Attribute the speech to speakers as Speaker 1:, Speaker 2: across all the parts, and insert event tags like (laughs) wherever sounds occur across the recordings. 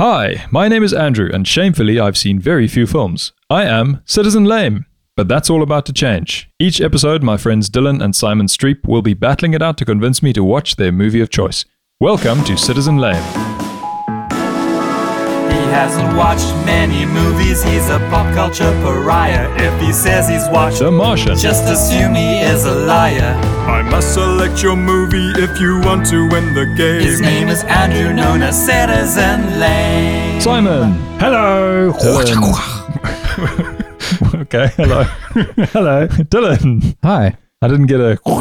Speaker 1: Hi, my name is Andrew, and shamefully, I've seen very few films. I am Citizen Lame. But that's all about to change. Each episode, my friends Dylan and Simon Streep will be battling it out to convince me to watch their movie of choice. Welcome to Citizen Lame.
Speaker 2: He hasn't watched many movies, he's a pop culture pariah. If he says he's watched,
Speaker 1: The Martian.
Speaker 2: just assume he is a liar.
Speaker 3: I must select your movie if you want to win the game.
Speaker 2: His name is Andrew, known as Citizen Lane.
Speaker 1: Simon. (laughs)
Speaker 4: Hello. Oh,
Speaker 1: Dylan. okay, hello. (laughs)
Speaker 4: Hello.
Speaker 1: Dylan.
Speaker 5: Hi.
Speaker 1: I didn't get a. (laughs)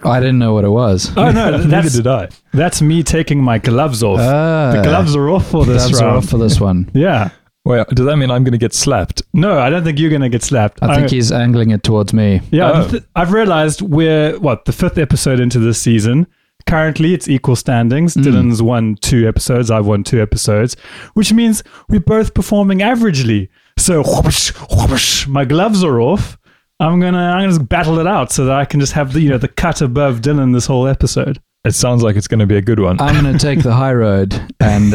Speaker 1: Oh,
Speaker 5: I didn't know what
Speaker 4: (laughs)
Speaker 5: it was.
Speaker 4: Oh no,
Speaker 1: Neither
Speaker 4: that's
Speaker 1: did I.
Speaker 4: that's me taking my gloves off.
Speaker 5: Ah.
Speaker 4: the gloves are off for this
Speaker 5: Gloves are
Speaker 4: round.
Speaker 5: off for
Speaker 4: (laughs)
Speaker 5: this one.
Speaker 4: yeah.
Speaker 1: Wait, does that mean I'm going to get slapped?
Speaker 4: No, I don't think you're going to get slapped.
Speaker 5: I think he's angling it towards me.
Speaker 4: Yeah,
Speaker 1: Oh.
Speaker 4: th- I've realized we're what the fifth episode into this season. Currently, it's equal standings. Dylan's won two episodes. I've won two episodes, which means we're both performing averagely. So whoosh, whoosh, my gloves are off. I'm gonna I'm gonna just battle it out so that I can just have the you know the cut above Dylan this whole episode.
Speaker 1: It sounds like it's going to be a good one.
Speaker 5: I'm going to take the high road and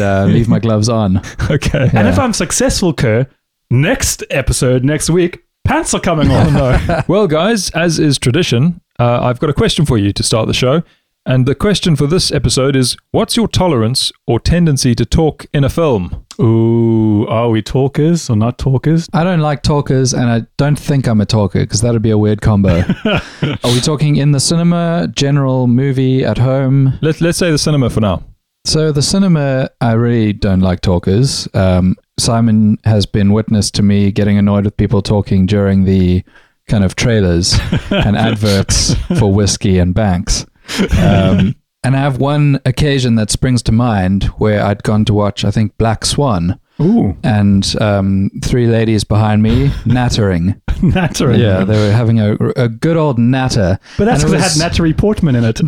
Speaker 4: (laughs)
Speaker 5: uh, leave my gloves on.
Speaker 1: (laughs) okay.
Speaker 4: And if I'm successful, Kerr, next episode next week, pants are coming off.
Speaker 1: well, guys, as is tradition, uh, I've got a question for you to start the show. And the question for this episode is What's your tolerance or tendency to talk in a film?
Speaker 4: (laughs) Ooh, are we talkers or not talkers?
Speaker 5: I don't like talkers, and I don't think I'm a talker because that would be a
Speaker 4: (laughs)
Speaker 5: weird combo. Are we talking in the cinema, general movie, at home?
Speaker 1: Let, let's say the cinema for now.
Speaker 5: So, the cinema, I really don't like talkers. Um, Simon has been witness to me getting annoyed with people talking during the kind
Speaker 4: (laughs)
Speaker 5: of trailers and adverts for whiskey and banks. Um, and I have one occasion that springs to mind where I'd gone to watch, I think, Black Swan,
Speaker 4: Ooh, (laughs)
Speaker 5: and um, three ladies behind me
Speaker 4: (laughs)
Speaker 5: nattering.
Speaker 4: nattering.
Speaker 5: Yeah, they were having a, a good old natter.
Speaker 4: But that's because
Speaker 5: And
Speaker 4: it,
Speaker 5: was-
Speaker 4: had Natalie Portman in it.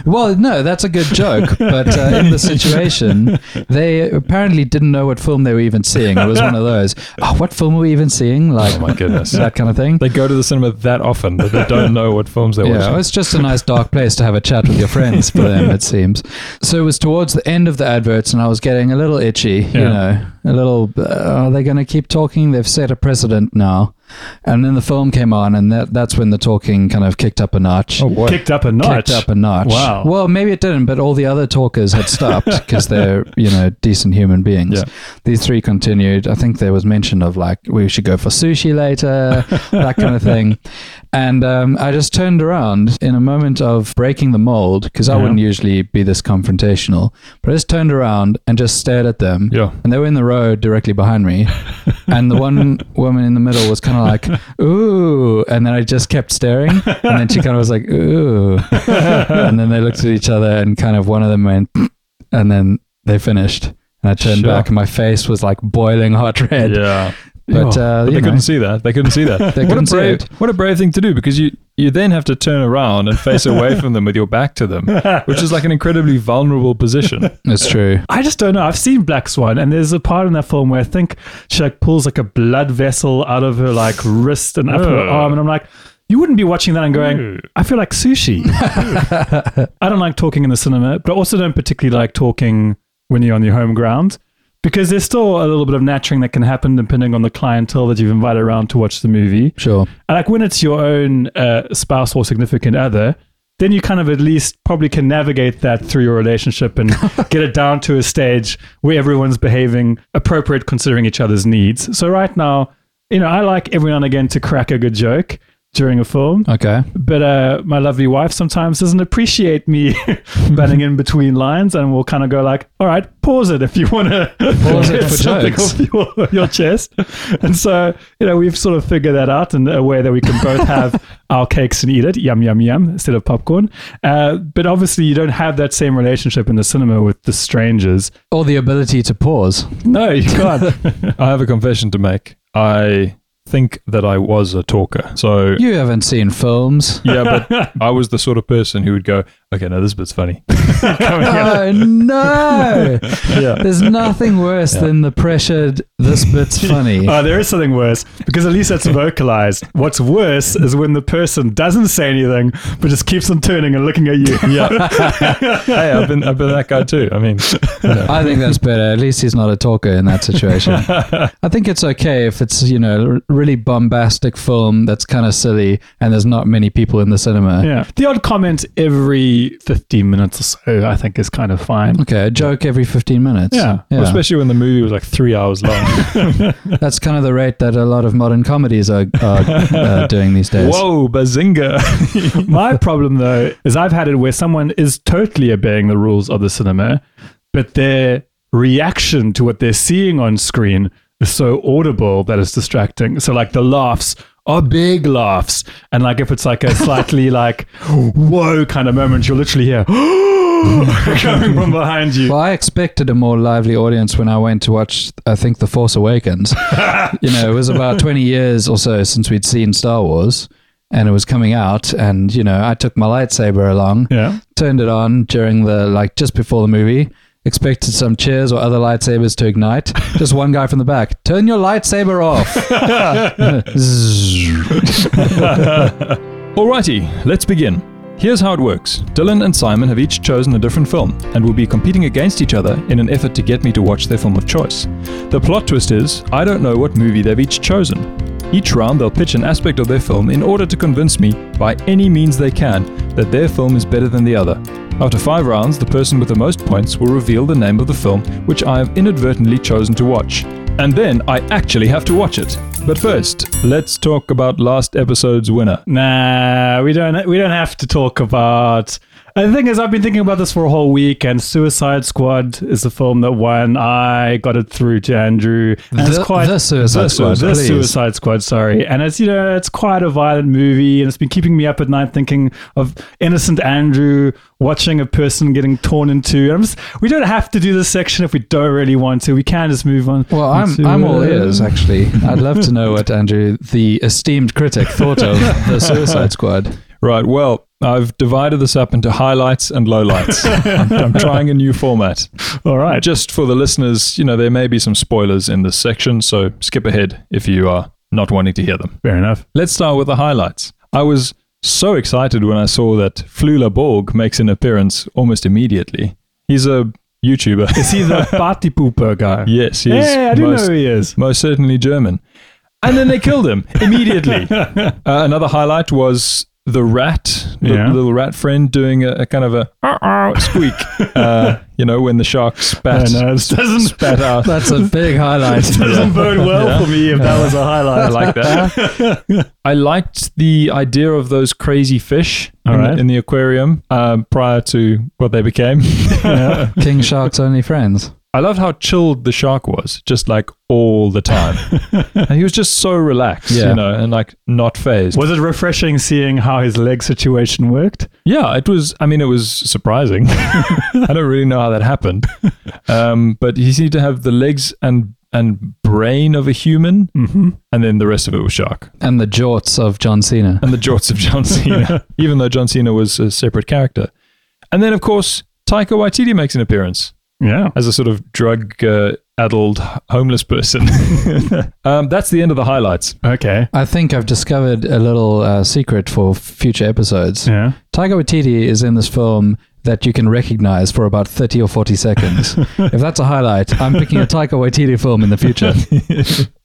Speaker 4: (laughs)
Speaker 5: Well, no, that's a good
Speaker 1: (laughs)
Speaker 5: joke. But uh, in the situation, they apparently didn't know what film they were even seeing. It was one of those, oh, what film are we even seeing? Like,
Speaker 1: Oh, my goodness.
Speaker 5: that kind of thing.
Speaker 1: they go to the cinema that often that
Speaker 5: (laughs)
Speaker 1: they don't know what films they're
Speaker 5: Yeah,
Speaker 1: watching.
Speaker 5: it's just a nice dark place to have a chat with your friends for them, it seems. So it was towards the end of the adverts, and I was getting a little itchy, you
Speaker 4: Yeah.
Speaker 5: know, a little, uh, are they going to keep talking? They've set a precedent now. And then the film came on, and that, that's when the talking kind of kicked up a notch.
Speaker 1: boy.
Speaker 4: Kicked up a notch.
Speaker 5: Kicked up a notch.
Speaker 4: Wow.
Speaker 5: Well, maybe it didn't, but all the other talkers had
Speaker 4: (laughs)
Speaker 5: stopped because they're, you know, decent human beings.
Speaker 1: Yeah.
Speaker 5: These three continued. I think there was mention of like, we should go for
Speaker 4: (laughs)
Speaker 5: sushi later, that kind of thing. And um, I just turned around in a moment of breaking the mold because I
Speaker 4: Yeah.
Speaker 5: wouldn't usually be this confrontational, but I just turned around and just stared at them.
Speaker 1: Yeah.
Speaker 5: And they were in the road directly behind me. and the
Speaker 1: (laughs)
Speaker 5: one woman in the middle was kind of like, ooh. And then I just kept staring. And then she kind of was like, ooh. and then they looked at each other and kind of one of them went, (clears throat) and then they finished. And I turned
Speaker 1: Sure.
Speaker 5: back and my face was like boiling hot red.
Speaker 1: Yeah. Oh,
Speaker 5: But, uh,
Speaker 1: they
Speaker 5: you know,
Speaker 1: couldn't see that. They couldn't see that.
Speaker 5: (laughs) They
Speaker 1: what, a
Speaker 5: couldn't see
Speaker 1: brave,
Speaker 5: it.
Speaker 1: what a brave thing to do because you, you then have to turn around and face away from them with your back to
Speaker 5: (laughs)
Speaker 1: them, which is like an incredibly vulnerable position.
Speaker 5: it's true.
Speaker 4: I just don't know. I've seen Black Swan, and there's a part in that film where I think she like pulls like a blood vessel out of her like wrist and up her
Speaker 5: Oh.
Speaker 1: Ugh.
Speaker 4: arm, and I'm like, you wouldn't be watching that and going, I feel like
Speaker 5: (laughs)
Speaker 4: sushi. I don't like talking in the cinema, but I also don't particularly like talking when you're on your home ground because there's still a little bit of nattering that can happen depending on the clientele that you've invited around to watch the movie.
Speaker 5: Sure.
Speaker 4: And like when it's your own uh, spouse or significant other, then you kind of at least probably can navigate that through your relationship and get it down to a stage where everyone's behaving appropriate considering each other's needs. So right now, you know, I like every now and again to crack a good joke during a film,
Speaker 5: Okay.
Speaker 4: but uh, my lovely wife sometimes doesn't appreciate
Speaker 5: (laughs)
Speaker 4: me butting in between lines and will kind of go like, all right, pause it if you want to
Speaker 5: Pause it
Speaker 4: get
Speaker 5: for
Speaker 4: (laughs) something
Speaker 5: jokes.
Speaker 4: off your, your chest. And so, you know, we've sort of figured that out in a way that we can both
Speaker 5: (laughs)
Speaker 4: have our cakes and eat it, yum, yum, yum, instead of popcorn. Uh, but obviously you don't have that same relationship in the cinema with the strangers.
Speaker 5: Or the ability to pause.
Speaker 4: No, (laughs) you can't.
Speaker 1: I have a confession to make. I think that I was a talker. So
Speaker 5: You haven't seen films.
Speaker 1: (laughs) yeah, but I was the sort of person who would go, Okay, no, this bit's funny.
Speaker 5: Oh
Speaker 1: (laughs)
Speaker 5: no! There's nothing worse than the pressured. This bit's
Speaker 1: (laughs)
Speaker 5: funny.
Speaker 4: Oh, there is something worse because at
Speaker 5: (laughs)
Speaker 4: least that's vocalized. What's worse is when the person doesn't say anything but just keeps on turning and looking at you.
Speaker 1: yeah. (laughs) hey, I've been I've been that guy too. I mean,
Speaker 4: (laughs)
Speaker 1: you know.
Speaker 5: I think that's better. At least he's not a talker in that situation. I think it's okay if it's you know r- really bombastic film that's kind of silly and there's not many people in the cinema.
Speaker 4: Yeah. The odd comment every 15 minutes or so, I think, is kind of fine.
Speaker 5: Okay, a joke every 15 minutes.
Speaker 4: Yeah.
Speaker 1: especially when the movie was like three hours long.
Speaker 5: That's kind of the rate that a lot of modern comedies are,
Speaker 4: (laughs)
Speaker 5: are uh, doing these days.
Speaker 1: Whoa, bazinga!
Speaker 4: My problem, though, is I've had it where someone is totally obeying the rules of the cinema, but their reaction to what they're seeing on screen is so audible that it's distracting. So, like, the laughs are big laughs. And, like, if it's like a slightly, like, whoa kind of moment, you'll literally hear, (gasps) (laughs) coming from behind you.
Speaker 5: Well, I expected a more lively audience when I went to watch, I think, The Force
Speaker 4: (laughs)
Speaker 5: Awakens. you know, it was about 20 years or so since we'd seen Star Wars and it was coming out. And, you know, I took my lightsaber along,
Speaker 4: Yeah.
Speaker 5: turned it on during the, like, just before the movie, expected some cheers or other lightsabers
Speaker 4: (laughs)
Speaker 5: to ignite. just one guy from the back, turn your lightsaber off. Zzz.
Speaker 1: Alrighty, let's begin. Here's how it works. Dylan and Simon have each chosen a different film and will be competing against each other in an effort to get me to watch their film of choice. The plot twist is I don't know what movie they've each chosen. Each round, they'll pitch an aspect of their film in order to convince me, by any means they can, that their film is better than the other. After five rounds, the person with the most points will reveal the name of the film which I have inadvertently chosen to watch. And then I actually have to watch it. But first, let's talk about last episode's winner.
Speaker 4: Nah, we don't. We don't have to talk about. And the thing is, I've been thinking about this for a whole week, and Suicide Squad is the film that won. I got it through to Andrew. And
Speaker 5: The- the Suicide
Speaker 4: the,
Speaker 5: Squad,
Speaker 4: The
Speaker 5: please.
Speaker 4: Suicide Squad, sorry. And it's you know, it's quite a violent movie, and it's been keeping me up at night thinking of innocent Andrew watching a person getting torn into. I'm just, we don't have to do this section if we don't really want to. We can just move on.
Speaker 5: Well, I'm,
Speaker 4: into,
Speaker 5: I'm all
Speaker 4: uh,
Speaker 5: ears, actually. I'd love to know what Andrew, the esteemed critic, thought of
Speaker 4: (laughs)
Speaker 5: The Suicide Squad.
Speaker 1: Right. Well, I've divided this up into highlights and
Speaker 4: (laughs)
Speaker 1: lowlights. I'm, I'm trying a new format.
Speaker 4: All right.
Speaker 1: Just for the listeners, you know, there may be some spoilers in this section, so skip ahead if you are not wanting to hear them.
Speaker 4: Fair enough.
Speaker 1: Let's start with the highlights. I was so excited when I saw that Flula Borg makes an appearance almost immediately. He's a YouTuber.
Speaker 4: Is he (laughs) the party pooper guy?
Speaker 1: (laughs) yes, he is.
Speaker 4: Yeah, I do
Speaker 1: most-
Speaker 4: know who he
Speaker 1: (laughs)
Speaker 4: is.
Speaker 1: most certainly German. And then they killed
Speaker 4: (laughs)
Speaker 1: him immediately. Uh, another highlight was the rat, the
Speaker 4: Yeah.
Speaker 1: little rat friend, doing a, a kind of a "Ow, ow,"
Speaker 4: (laughs)
Speaker 1: squeak. uh, you know, when the shark spat,
Speaker 4: No, no, it doesn't (laughs)
Speaker 1: spat out.
Speaker 5: That's a big highlight.
Speaker 4: doesn't bode well for me if that was a
Speaker 1: I
Speaker 4: highlight.
Speaker 1: like that.
Speaker 4: (laughs)
Speaker 1: I liked the idea of those crazy fish
Speaker 4: All
Speaker 1: in,
Speaker 4: right.
Speaker 1: in the aquarium um, prior to what they
Speaker 4: (laughs)
Speaker 1: became.
Speaker 5: King Shark's only friends.
Speaker 1: I loved how chilled the shark was, just like all the
Speaker 4: (laughs)
Speaker 1: time. and he was just so relaxed,
Speaker 5: Yeah.
Speaker 1: you know, and like not phased.
Speaker 4: (laughs) Was it refreshing seeing how his leg situation worked?
Speaker 1: Yeah, it was. I mean, it was surprising. (laughs) I don't really know how that happened, um, but he seemed to have the legs and and brain of a human, mm-hmm. and then the rest of it was shark
Speaker 5: And the jorts of John Cena.
Speaker 4: Uh,
Speaker 1: and the jorts of John Cena. even though John Cena was a separate character, and then of course Taika Waititi makes an appearance
Speaker 4: Yeah.
Speaker 1: as a sort of drug uh, addled homeless person. (laughs) um, that's the end of the highlights.
Speaker 4: Okay.
Speaker 5: I think I've discovered a little uh, secret for future episodes.
Speaker 4: Yeah.
Speaker 5: Taika Waititi is in this film that you can recognize for about 30 or 40
Speaker 1: (laughs)
Speaker 5: seconds. if that's a highlight, I'm picking a Taika Waititi film in
Speaker 1: (laughs)
Speaker 5: the future.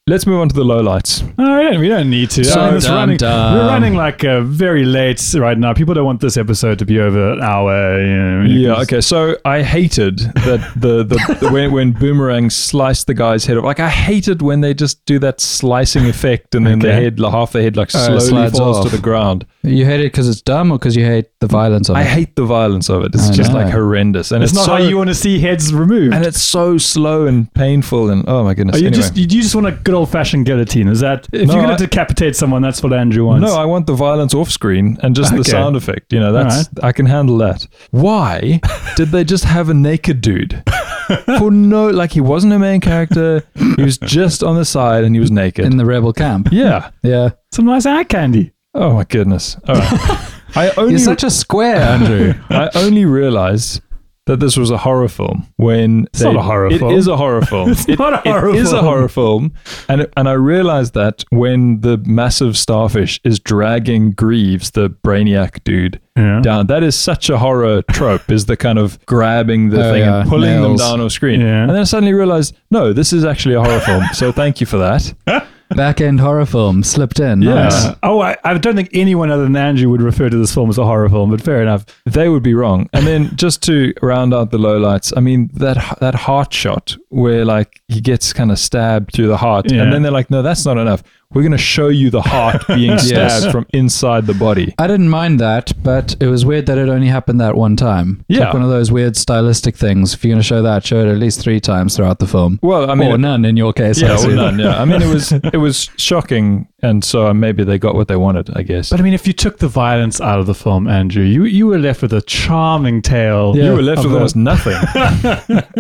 Speaker 1: Let's move on to the lowlights.
Speaker 4: All right. We don't need to.
Speaker 5: So
Speaker 4: I mean, it's
Speaker 5: dumb,
Speaker 4: running,
Speaker 5: dumb.
Speaker 4: We're running like uh, very late right now. People don't want this episode to be over an hour. You know, you
Speaker 1: Yeah.
Speaker 4: can
Speaker 1: Okay. So I hated that the, the, the when, when Boomerang sliced the guy's head off. Like I hated when they just do that slicing effect and then the
Speaker 4: Okay.
Speaker 1: head, like, half the head, like
Speaker 5: Oh, it
Speaker 1: slowly
Speaker 5: slides
Speaker 1: falls
Speaker 5: off.
Speaker 1: to the ground.
Speaker 5: You hate it because it's dumb or because you hate the violence of
Speaker 1: I
Speaker 5: it?
Speaker 1: hate the violence of it. It's
Speaker 5: I
Speaker 1: just
Speaker 5: know.
Speaker 1: like horrendous, and
Speaker 4: It's,
Speaker 1: it's,
Speaker 4: not
Speaker 1: so,
Speaker 4: how you want to see heads removed.
Speaker 1: and it's so slow and painful. And oh my goodness.
Speaker 4: Are you
Speaker 1: Anyway.
Speaker 4: just you you just want a good old fashioned guillotine? Is that if
Speaker 1: No,
Speaker 4: you're going
Speaker 1: I-
Speaker 4: to decapitate someone, that's what Andrew wants?
Speaker 1: no, I want the violence off screen and just the
Speaker 4: Okay.
Speaker 1: sound effect. You know, that's I can handle that. (laughs) Why did they just have a naked dude? For no, like he wasn't a main character. He was just on the side and he was naked.
Speaker 5: In the rebel camp.
Speaker 1: yeah.
Speaker 5: Yeah.
Speaker 4: some nice eye candy.
Speaker 1: (laughs) Oh my goodness! All right. I only
Speaker 5: You're such a
Speaker 1: (laughs)
Speaker 4: (laughs)
Speaker 5: square, Andrew.
Speaker 1: I only realized that this was a horror film when it's
Speaker 4: not a horror film.
Speaker 1: It is a horror
Speaker 4: (laughs)
Speaker 1: film. it's
Speaker 4: not a horror
Speaker 1: It is a
Speaker 4: film.
Speaker 1: horror film, and and I realized that when the massive starfish is dragging Greaves, the brainiac dude,
Speaker 4: Yeah.
Speaker 1: down. That is such a horror trope. is the kind of grabbing the
Speaker 5: Oh,
Speaker 1: thing
Speaker 5: yeah,
Speaker 1: and pulling
Speaker 5: nails.
Speaker 1: them down off screen.
Speaker 4: Yeah.
Speaker 1: And then I suddenly realized, no, this is actually a horror film. So thank you for that.
Speaker 5: Back end horror film slipped in. Nice.
Speaker 4: Uh, oh, I, I don't think anyone other than Andrew would refer to this film as a horror film, but fair enough.
Speaker 1: They would be wrong. And then just to round out the lowlights, I mean that that heart shot where like he gets kind of stabbed through the heart,
Speaker 4: Yeah.
Speaker 1: and then they're like, no, that's not enough. We're going to show you the
Speaker 5: (laughs)
Speaker 1: heart being
Speaker 5: Yes.
Speaker 1: stabbed from inside the body.
Speaker 5: I didn't mind that, but it was weird that it only happened that one time. It's
Speaker 1: Yeah.
Speaker 5: like one of those weird stylistic things. If you're going to show that, show it at least three times throughout the film.
Speaker 1: Well, I mean,
Speaker 5: or none in your case. I
Speaker 1: yeah, or
Speaker 5: assume.
Speaker 1: none, yeah. I mean, it was it was shocking, and so uh, maybe they got what they wanted, I guess.
Speaker 4: But I mean, if you took the violence out of the film, Andrew, you, you were left with a charming tale.
Speaker 5: Yeah.
Speaker 1: you were left
Speaker 4: Of
Speaker 1: with
Speaker 4: a-
Speaker 1: almost
Speaker 5: (laughs)
Speaker 1: nothing.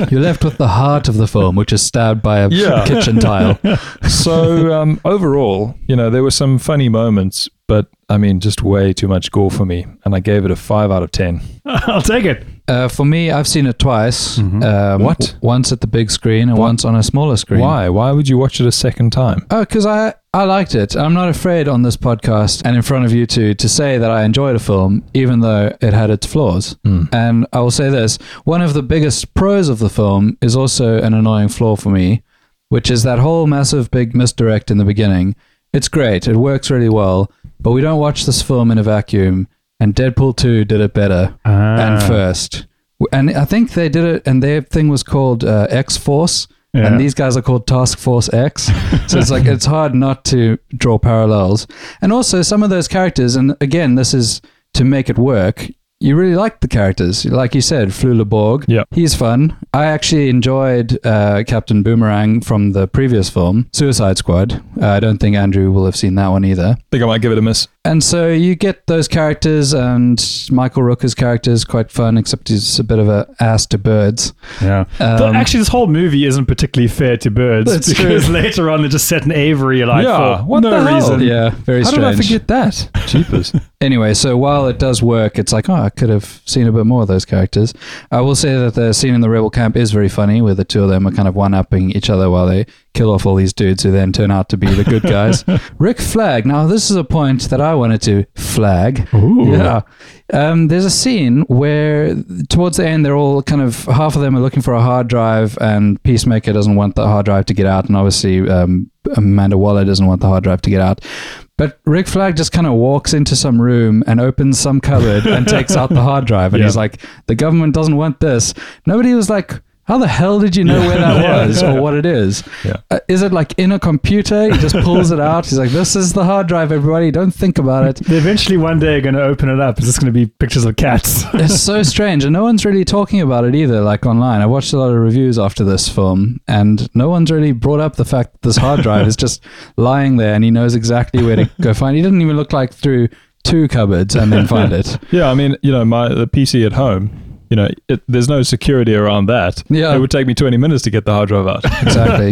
Speaker 5: You're left with the heart of the film, which is stabbed by a
Speaker 1: Yeah. (laughs)
Speaker 5: kitchen tile.
Speaker 1: so um, overall, you know, there were some funny moments, but I mean, just way too much gore for me, and I gave it a five out of ten.
Speaker 4: (laughs) I'll take it.
Speaker 5: Uh, for me, I've seen it twice. Um,
Speaker 1: Mm-hmm. What?
Speaker 5: w- Once at the big screen and once on a smaller screen.
Speaker 1: Why? Why would you watch it a second time?
Speaker 5: Oh, because I I liked it. I'm not afraid on this podcast and in front of you two to say that I enjoyed a film, even though it had its flaws.
Speaker 1: Mm.
Speaker 5: And I will say this: one of the biggest pros of the film is also an annoying flaw for me, which is that whole massive big misdirect in the beginning. It's great. It works really well, but we don't watch this film in a vacuum. And Deadpool 2 did it
Speaker 1: Ah.
Speaker 5: better and
Speaker 4: Ah.
Speaker 5: first. W- And I think they did it, and their thing was called uh, X Force,
Speaker 4: Yeah.
Speaker 5: and these guys are called Task Force X. so it's like it's hard not to draw parallels. And also some of those characters, and again, this is to make it work. You really like the characters, like you said, Flula Borg.
Speaker 1: Yeah.
Speaker 5: he's fun. I actually enjoyed uh, Captain Boomerang from the previous film, Suicide Squad. Uh, I don't think Andrew will have seen that one either.
Speaker 1: I think I might give it a miss.
Speaker 5: And so you get those characters, and Michael Rooker's character is quite fun, except he's a bit of a ass to birds.
Speaker 4: Yeah.
Speaker 5: Um,
Speaker 4: actually, this whole movie isn't particularly fair to birds (laughs)
Speaker 5: That's
Speaker 4: because later on they're just set in Avery like
Speaker 1: Yeah,
Speaker 4: for
Speaker 1: what
Speaker 4: no
Speaker 1: the hell?
Speaker 4: reason.
Speaker 5: yeah, very
Speaker 1: How
Speaker 5: strange.
Speaker 1: did I forget that? Jeepers.
Speaker 5: (laughs) Anyway, so while it does work, it's like, oh, I could have seen a bit more of those characters. I will say that the scene in the rebel camp is very funny, where the two of them are kind of one upping each other while they kill off all these dudes who then turn out to be the good
Speaker 1: (laughs)
Speaker 5: guys. Rick Flag. Now, this is a point that I wanted to flag. Yeah. Um, there's a scene where towards the end, they're all kind of half of them are looking for a hard drive, and Peacemaker doesn't want the hard drive to get out, and obviously um, Amanda Waller doesn't want the hard drive to get out. But Rick Flag just kind of walks into some room and opens some cupboard and takes out the hard drive, and he's like, "The government doesn't want this." Nobody was like. How the hell did you know where that was or what it is?
Speaker 1: Yeah.
Speaker 5: Uh, is it like in a computer? He just pulls it out. He's like, "This is the hard drive, everybody. Don't think about it."
Speaker 4: They eventually one day are going to open it up. It's just going to be pictures of cats.
Speaker 5: it's so strange, and no one's really talking about it either. Like online, I watched a lot of reviews after this film, and no one's really brought up the fact that this hard drive
Speaker 1: (laughs)
Speaker 5: is just lying there, and he knows exactly where to go find. He didn't even look like through two cupboards and then
Speaker 1: (laughs)
Speaker 5: find it.
Speaker 1: yeah, I mean, you know, my the PC at home, you know, it, there's no security around that.
Speaker 5: Yeah.
Speaker 1: It would take me 20 minutes to get the hard drive out. (laughs)
Speaker 5: Exactly.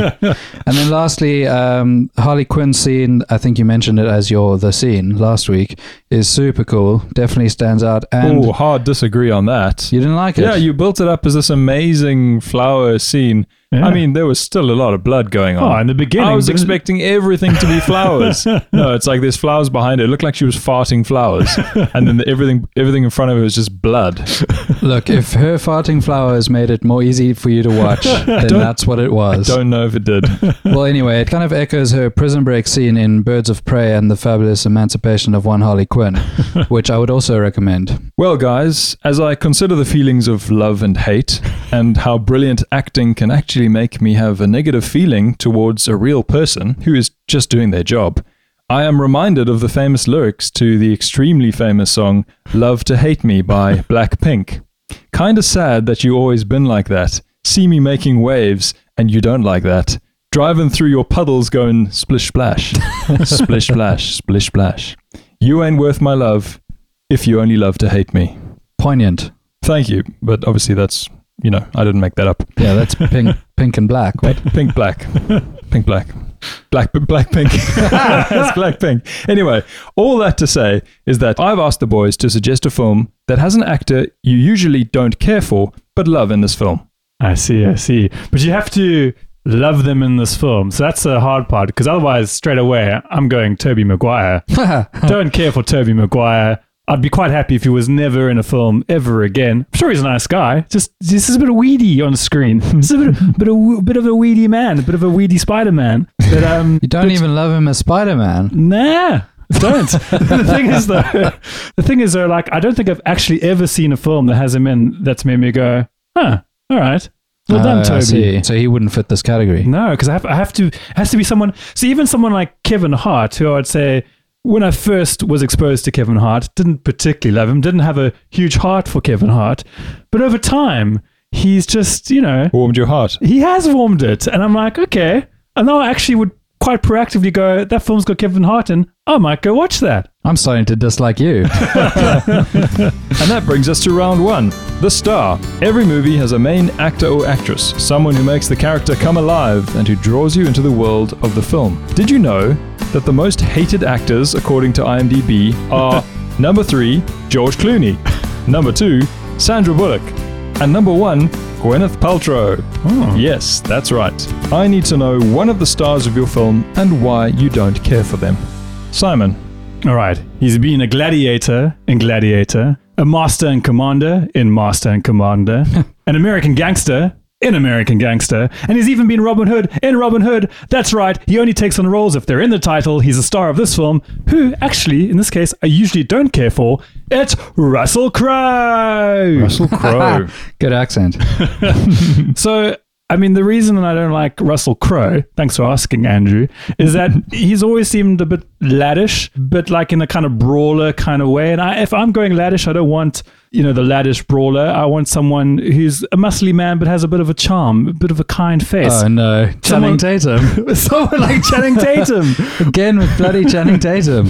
Speaker 5: and then lastly, um, Harley Quinn scene. I think you mentioned it as your the scene last week is super cool. Definitely stands out. And
Speaker 1: oh, hard disagree on that.
Speaker 5: you didn't like it.
Speaker 1: Yeah, you built it up as this amazing flower scene.
Speaker 4: Yeah.
Speaker 1: I mean, there was still a lot of blood going on.
Speaker 4: Oh, in the beginning,
Speaker 1: I was
Speaker 4: didn't-
Speaker 1: expecting everything to be (laughs) flowers. no, it's like there's flowers behind it. It looked like she was farting (laughs) flowers, and then the, everything everything in front of it was just blood.
Speaker 5: Look, if her farting flowers made it more easy for you to
Speaker 1: (laughs)
Speaker 5: watch, then that's what it was.
Speaker 1: Don't know if it did.
Speaker 5: well, anyway, it kind of echoes her prison break scene in Birds of Prey and the Fabulous Emancipation of One
Speaker 4: (laughs)
Speaker 5: Harley Quinn, which I would also recommend.
Speaker 1: Well, guys, as I consider the feelings of love and hate, and how brilliant acting can actually make me have a negative feeling towards a real person who is just doing their job, I am reminded of the famous lyrics to the extremely famous song Love to Hate Me by (laughs) Blackpink. Kinda sad that you always been like that. See me making waves, and you don't like that. Driving through your puddles going splish splash, splish splash, splish splash. You ain't worth my love if you only love to hate me.
Speaker 5: Poignant.
Speaker 1: Thank you, but obviously that's you
Speaker 4: (laughs)
Speaker 1: know I didn't make that up.
Speaker 5: Yeah, that's pink, pink and black. What?
Speaker 1: Pink black, pink black. Black Blackpink. it's Blackpink. Anyway, all that to say is that I've asked the boys to suggest a film that has an actor you usually don't care for but love in this film.
Speaker 4: I see, I see. But you have to love them in this film. So that's the hard part because otherwise, straight away, I'm going Toby Maguire. Don't care for Toby Maguire. I'd be quite happy if he was never in a film ever again. I'm sure he's a nice guy. Just this is a bit of weedy on screen. This is a bit, of- bit of bit of a weedy man, a bit of a weedy Spider Man. But um,
Speaker 5: You don't even love him as Spider Man.
Speaker 4: Nah, don't. (laughs) the thing is though, the thing is though, like I don't think I've actually ever seen a film that has him in that's made me go, huh, all right, well
Speaker 5: Oh,
Speaker 4: done, Toby.
Speaker 5: Uh,
Speaker 4: Mm.
Speaker 5: So he wouldn't fit this category.
Speaker 4: No, because I have, I have to has to be someone. So even someone like Kevin Hart, who I'd say when I first was exposed to Kevin Hart, didn't particularly love him, didn't have a huge heart for Kevin Hart, but over time he's just you know
Speaker 1: Warmed your heart.
Speaker 4: he has warmed it. And I'm like, okay. And now I actually would quite proactively go, that film's got Kevin Hart in. I might go watch that.
Speaker 5: I'm starting to
Speaker 4: (laughs)
Speaker 5: dislike you.
Speaker 1: And that brings us to round one The Star. Every movie has a main actor or actress, someone who makes the character come alive and who draws you into the world of the film. Did you know that the most hated actors, according to IMDb, (laughs) are number three, George Clooney, number two, Sandra Bullock, and number one, Gwyneth Paltrow? Yes, that's right. I need to know one of the stars of your film and why you don't care for them. Simon,
Speaker 4: All right. He's been a gladiator in Gladiator, a master and commander in Master and Commander, an American gangster in American Gangster, and he's even been Robin Hood in Robin Hood. That's right. He only takes on roles if they're in the title. He's a star of this film, who actually, in this case, I usually don't care for. It's Russell Crowe.
Speaker 1: Russell (laughs) Crowe.
Speaker 5: Good
Speaker 4: (laughs)
Speaker 5: accent.
Speaker 4: So, I mean, the reason that I don't like Russell Crowe, thanks for asking, Andrew, is
Speaker 5: (laughs)
Speaker 4: that he's always seemed a bit laddish, but like in a kind of brawler kind of way. And I, if I'm going laddish, I don't want, you know, the laddish brawler. I want someone who's a muscly man, but has a bit of a charm, a bit of a kind face.
Speaker 5: Oh no,
Speaker 4: Someone-
Speaker 5: Channing
Speaker 4: (laughs)
Speaker 5: Tatum
Speaker 4: someone like (laughs)
Speaker 5: (laughs)
Speaker 4: Channing Tatum,
Speaker 5: again with bloody
Speaker 4: (laughs)
Speaker 5: Channing Tatum.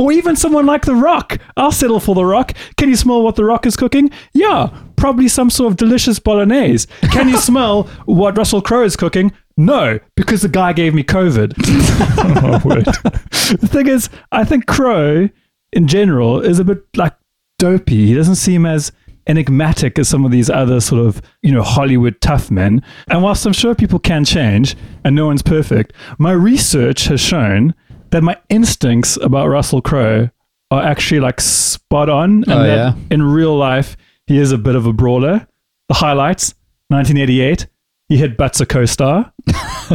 Speaker 4: or even someone like The Rock. I'll settle for The Rock. Can you smell what The Rock is cooking? Yeah, probably some sort of delicious bolognese.
Speaker 5: (laughs)
Speaker 4: Can you smell what Russell Crowe is cooking? No, because the guy gave me COVID. (laughs) the thing is, I think Crow in general is a bit like dopey. He doesn't seem as enigmatic as some of these other sort of, you know, Hollywood tough men. And whilst I'm sure people can change and no one's perfect, my research has shown that my instincts about Russell Crowe are actually like spot on. And
Speaker 5: Oh,
Speaker 4: that
Speaker 5: yeah?
Speaker 4: in real life, he is a bit of a brawler. The highlights 1988, he hit Butts a co star.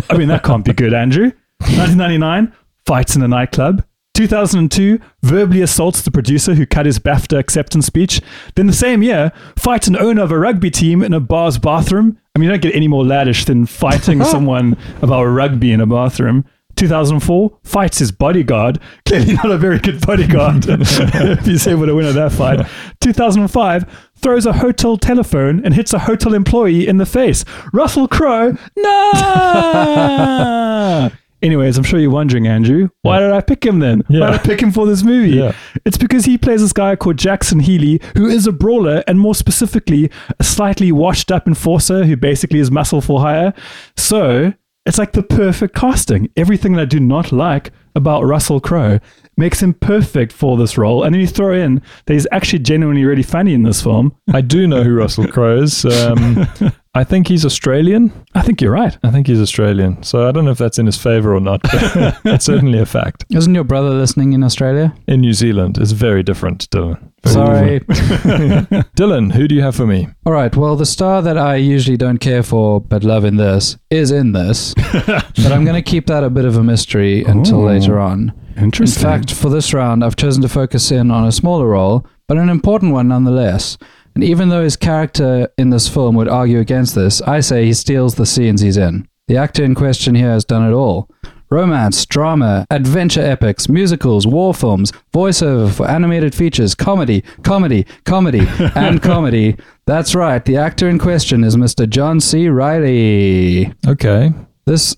Speaker 4: I mean, that can't be good, Andrew. 1999, fights in a nightclub. 2002, verbally assaults the producer who cut his BAFTA acceptance speech. Then the same year, fights an owner of a rugby team in a bar's bathroom. I mean, you don't get any more laddish than fighting someone about rugby in a bathroom. 2004, fights his bodyguard. (laughs) Clearly not a very good bodyguard (laughs) if he's able to win at that fight. 2005, throws a hotel telephone and hits a hotel employee in the face. Russell Crowe, no! Anyways, I'm sure you're wondering, Andrew, why did I pick him then? Why did I pick him for this movie?
Speaker 1: Yeah.
Speaker 4: It's because he plays this guy called Jackson Healy, who is a brawler and more specifically, a slightly washed up enforcer who basically is muscle for hire. So it's like the perfect casting. Everything that I do not like about Russell Crowe makes him perfect for this role. And then you throw in that he's actually genuinely really funny in this film. (laughs)
Speaker 1: I do know who Russell Crowe is. Um, I think he's Australian.
Speaker 4: I think you're right.
Speaker 1: I think he's Australian. So I don't know if that's in his favor or not. But it's certainly a fact.
Speaker 5: Isn't your brother listening in Australia?
Speaker 1: In New Zealand, it's very different, Dylan. Very different.
Speaker 5: Sorry.
Speaker 1: Dylan, who do you have for me?
Speaker 5: All right. Well, the star that I usually don't care for but love in this is in this, but I'm going to keep that a bit of a mystery until
Speaker 4: Ooh.
Speaker 5: later on. In
Speaker 4: Interesting.
Speaker 5: fact, for this round, I've chosen to focus in on a smaller role, but an important one nonetheless. And even though his character in this film would argue against this, I say he steals the scenes he's in. The actor in question here has done it all romance, drama, adventure epics, musicals, war films, voiceover for animated features, comedy, comedy, comedy, and comedy. That's right, the actor in question is Mr. John C. Riley.
Speaker 1: Okay.
Speaker 5: This
Speaker 4: (laughs)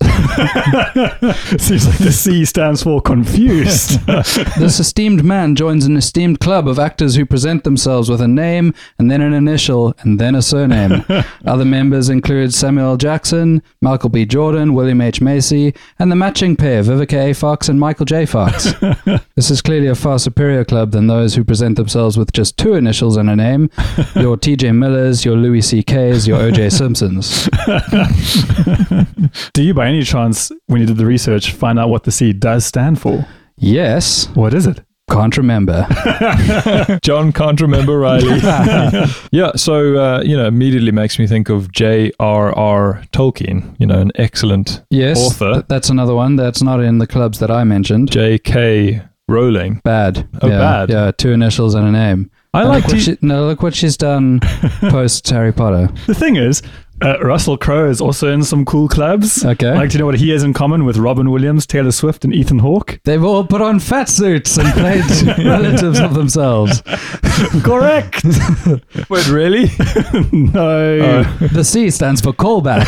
Speaker 4: Seems like the
Speaker 5: (laughs)
Speaker 4: C stands for confused.
Speaker 5: this esteemed man joins an esteemed club of actors who present themselves with a name and then an initial and then a surname.
Speaker 4: (laughs)
Speaker 5: Other members include Samuel L. Jackson, Michael B. Jordan, William H. Macy, and the matching pair Vivica A. Fox and Michael
Speaker 4: (laughs)
Speaker 5: J. Fox. this is clearly a far superior club than those who present themselves with just two initials and
Speaker 4: (laughs)
Speaker 5: a name. Your T.J. Millers, your Louis C.K.'s, your
Speaker 4: (laughs)
Speaker 5: O.J. Simpsons.
Speaker 4: Do you, by any chance, when you did the research, find out what the C does stand for?
Speaker 5: Yes,
Speaker 4: What is it? (laughs)
Speaker 5: can't remember.
Speaker 1: John can't remember Riley. (laughs) yeah, so uh, you know, immediately makes me think of J.R.R. Tolkien. You know, an excellent
Speaker 5: Yes,
Speaker 1: Author.
Speaker 5: th- that's another one that's not in the clubs that I mentioned.
Speaker 1: J.K. Rowling.
Speaker 5: Bad.
Speaker 1: Oh,
Speaker 5: yeah,
Speaker 1: bad.
Speaker 5: Yeah, two initials and a name.
Speaker 1: I
Speaker 5: And
Speaker 1: like
Speaker 5: look
Speaker 1: to-
Speaker 5: what she, no. Look what
Speaker 1: (laughs)
Speaker 5: she's done post Harry Potter.
Speaker 4: The thing is, uh, Russell Crowe is also in some cool clubs.
Speaker 5: Okay.
Speaker 4: Like, do you know what he has in common with Robin Williams, Taylor Swift, and Ethan Hawke?
Speaker 5: They've all put on fat suits
Speaker 1: (laughs)
Speaker 5: and played relatives of themselves.
Speaker 4: Correct.
Speaker 1: Wait, really?
Speaker 4: (laughs) no.
Speaker 5: The C stands
Speaker 1: (laughs)
Speaker 5: for callback.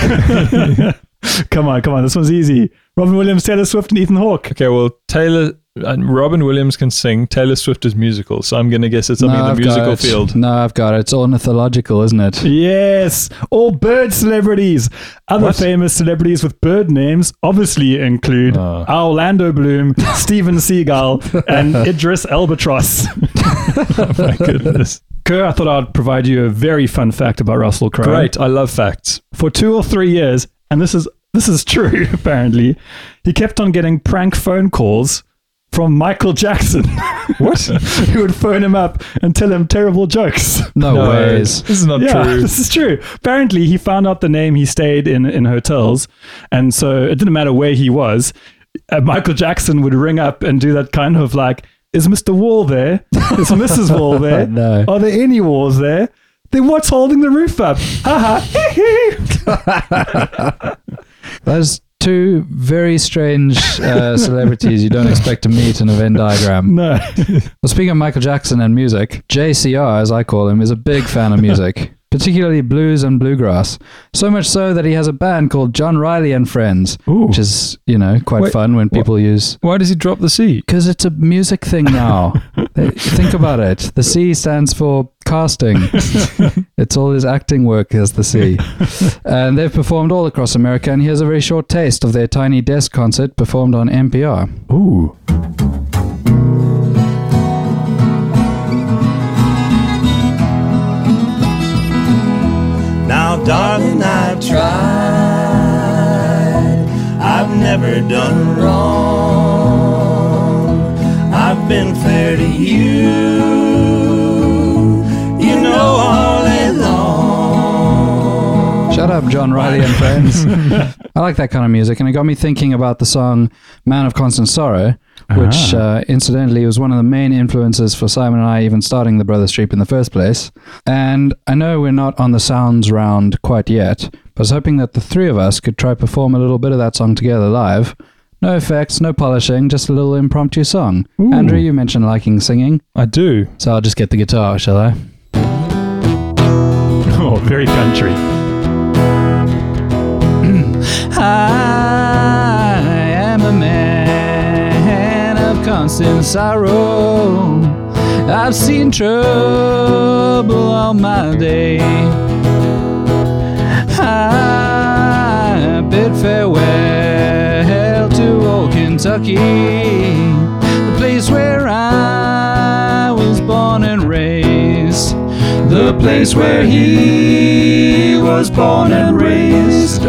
Speaker 4: Come on, come on. This one's easy. Robin Williams, Taylor Swift, and Ethan Hawke.
Speaker 1: Okay, well, Taylor and Robin Williams can sing. Taylor Swift is musical, so I'm going to guess it's something in the musical
Speaker 5: got it.
Speaker 1: field.
Speaker 4: (laughs)
Speaker 5: No, I've got it. It's ornithological, isn't it?
Speaker 4: Yes, all bird celebrities. Other
Speaker 1: What?
Speaker 4: famous celebrities with bird names obviously include
Speaker 1: Oh.
Speaker 4: Orlando (laughs) Bloom, Steven Seagal, (laughs) and Idris Albatross.
Speaker 1: My
Speaker 4: (laughs)
Speaker 1: goodness.
Speaker 4: Kerr, I thought I'd provide you a very fun fact about Russell Crowe.
Speaker 1: Great. I love facts.
Speaker 4: For two or three years, and this is this is true (laughs) apparently, he kept on getting prank phone calls from Michael Jackson, (laughs)
Speaker 1: What?
Speaker 4: who would phone him up and tell him terrible jokes.
Speaker 5: No,
Speaker 1: No,
Speaker 5: ways.
Speaker 1: This is not
Speaker 4: yeah,
Speaker 1: true.
Speaker 4: (laughs) this is true. Apparently, he found out the name he stayed in in hotels, and so it didn't matter where he was. Uh, Michael Jackson would ring up and do that kind of like, "Is Mr. Wall there? Is Mrs.
Speaker 1: (laughs)
Speaker 4: Wall there?
Speaker 5: No.
Speaker 4: Are there any walls there? Then what's holding the roof up? Haha. hee hee."
Speaker 5: Those two very strange uh, celebrities you don't expect to meet in a Venn diagram.
Speaker 4: no.
Speaker 5: Well, speaking of Michael Jackson and music, JCR, as I call him, is a big fan of music, particularly blues and bluegrass. So much so that he has a band called John Riley and Friends,
Speaker 4: Ooh.
Speaker 5: which is, you know, quite
Speaker 1: Wait,
Speaker 5: fun when people use.
Speaker 1: Why does he drop the C?
Speaker 5: Because it's a music thing now. They- Think about it. The C stands for casting. it's all his acting work as the C. and they've performed all across America, and here's a very short taste of their Tiny Desk concert performed on NPR.
Speaker 4: Ooh.
Speaker 2: Now, darling, I've tried. I've never done wrong. I've been fair to you. You know all day long.
Speaker 5: Shut up, John Riley and friends. I like that kind of music, and it got me thinking about the song "Man of Constant Sorrow," which, uh, incidentally, was one of the main influences for Simon and I even starting the Brothers Troop in the first place. And I know we're not on the sounds round quite yet, but I was hoping that the three of us could try perform a little bit of that song together live. No effects, no polishing, just a little impromptu song. Andrew, you mentioned liking singing,
Speaker 1: I do.
Speaker 5: so I'll just get the guitar, shall I?
Speaker 4: Oh, very country.
Speaker 5: I am a man of constant sorrow. I've seen trouble all my day. I bid farewell to old Kentucky, the place where I was born and raised, the place where he was born and raised.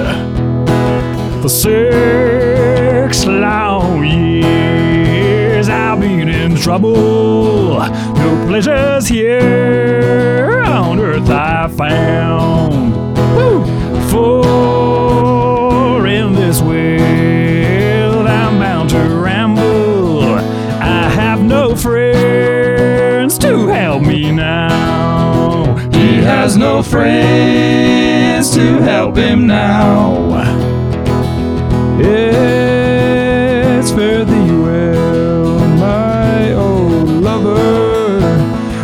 Speaker 4: For six long years I've been in trouble. No pleasures here on earth I found. Woo! For in this world I'm bound to ramble. I have no friends to help me now. He has no friends to help him now.
Speaker 1: It's fare thee well, my old lover.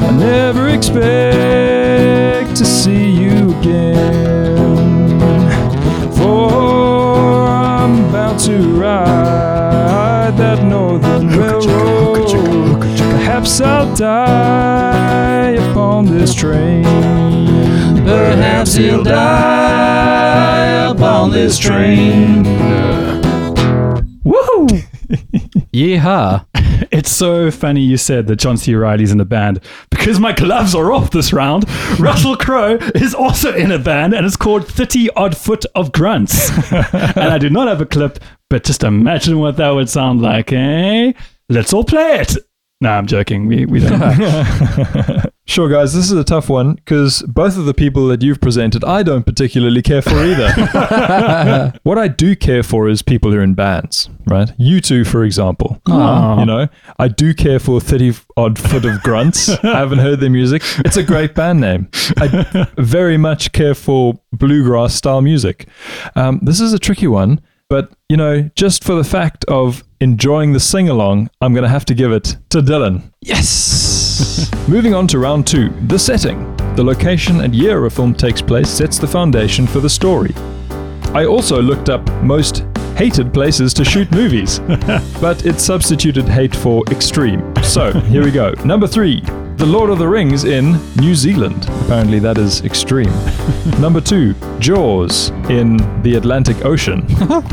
Speaker 1: I never expect to see you again. For to ride that northern railroad. Perhaps I'll die upon this train.
Speaker 5: Perhaps he'll die upon this train.
Speaker 4: Woo!
Speaker 5: Yeehaw.
Speaker 4: It's so funny you said that John C. Riley's in a band because my gloves are off this round. Russell Crowe is also in a band and it's called 30 Odd Foot of Grunts. and I do not have a clip, but just imagine what that would sound like, eh? Let's all play it. No, I'm joking. We, we don't.
Speaker 1: Sure, guys, this is a tough one because both of the people that you've presented, I don't particularly care for either. what I do care for is people who are in bands, right? You two, for example. You know, I do care for 30 odd foot of grunts. I haven't heard their music. It's a great band name. I very much care for bluegrass style music. Um, this is a tricky one, but, you know, just for the fact of enjoying the sing along, I'm going to have to give it to Dylan.
Speaker 5: Yes.
Speaker 1: Moving on to round two the setting. The location and year a film takes place sets the foundation for the story. I also looked up most hated places to shoot movies, but it substituted hate for extreme. So here we go. Number three The Lord of the Rings in New Zealand. Apparently that is extreme. Number two Jaws in the Atlantic Ocean.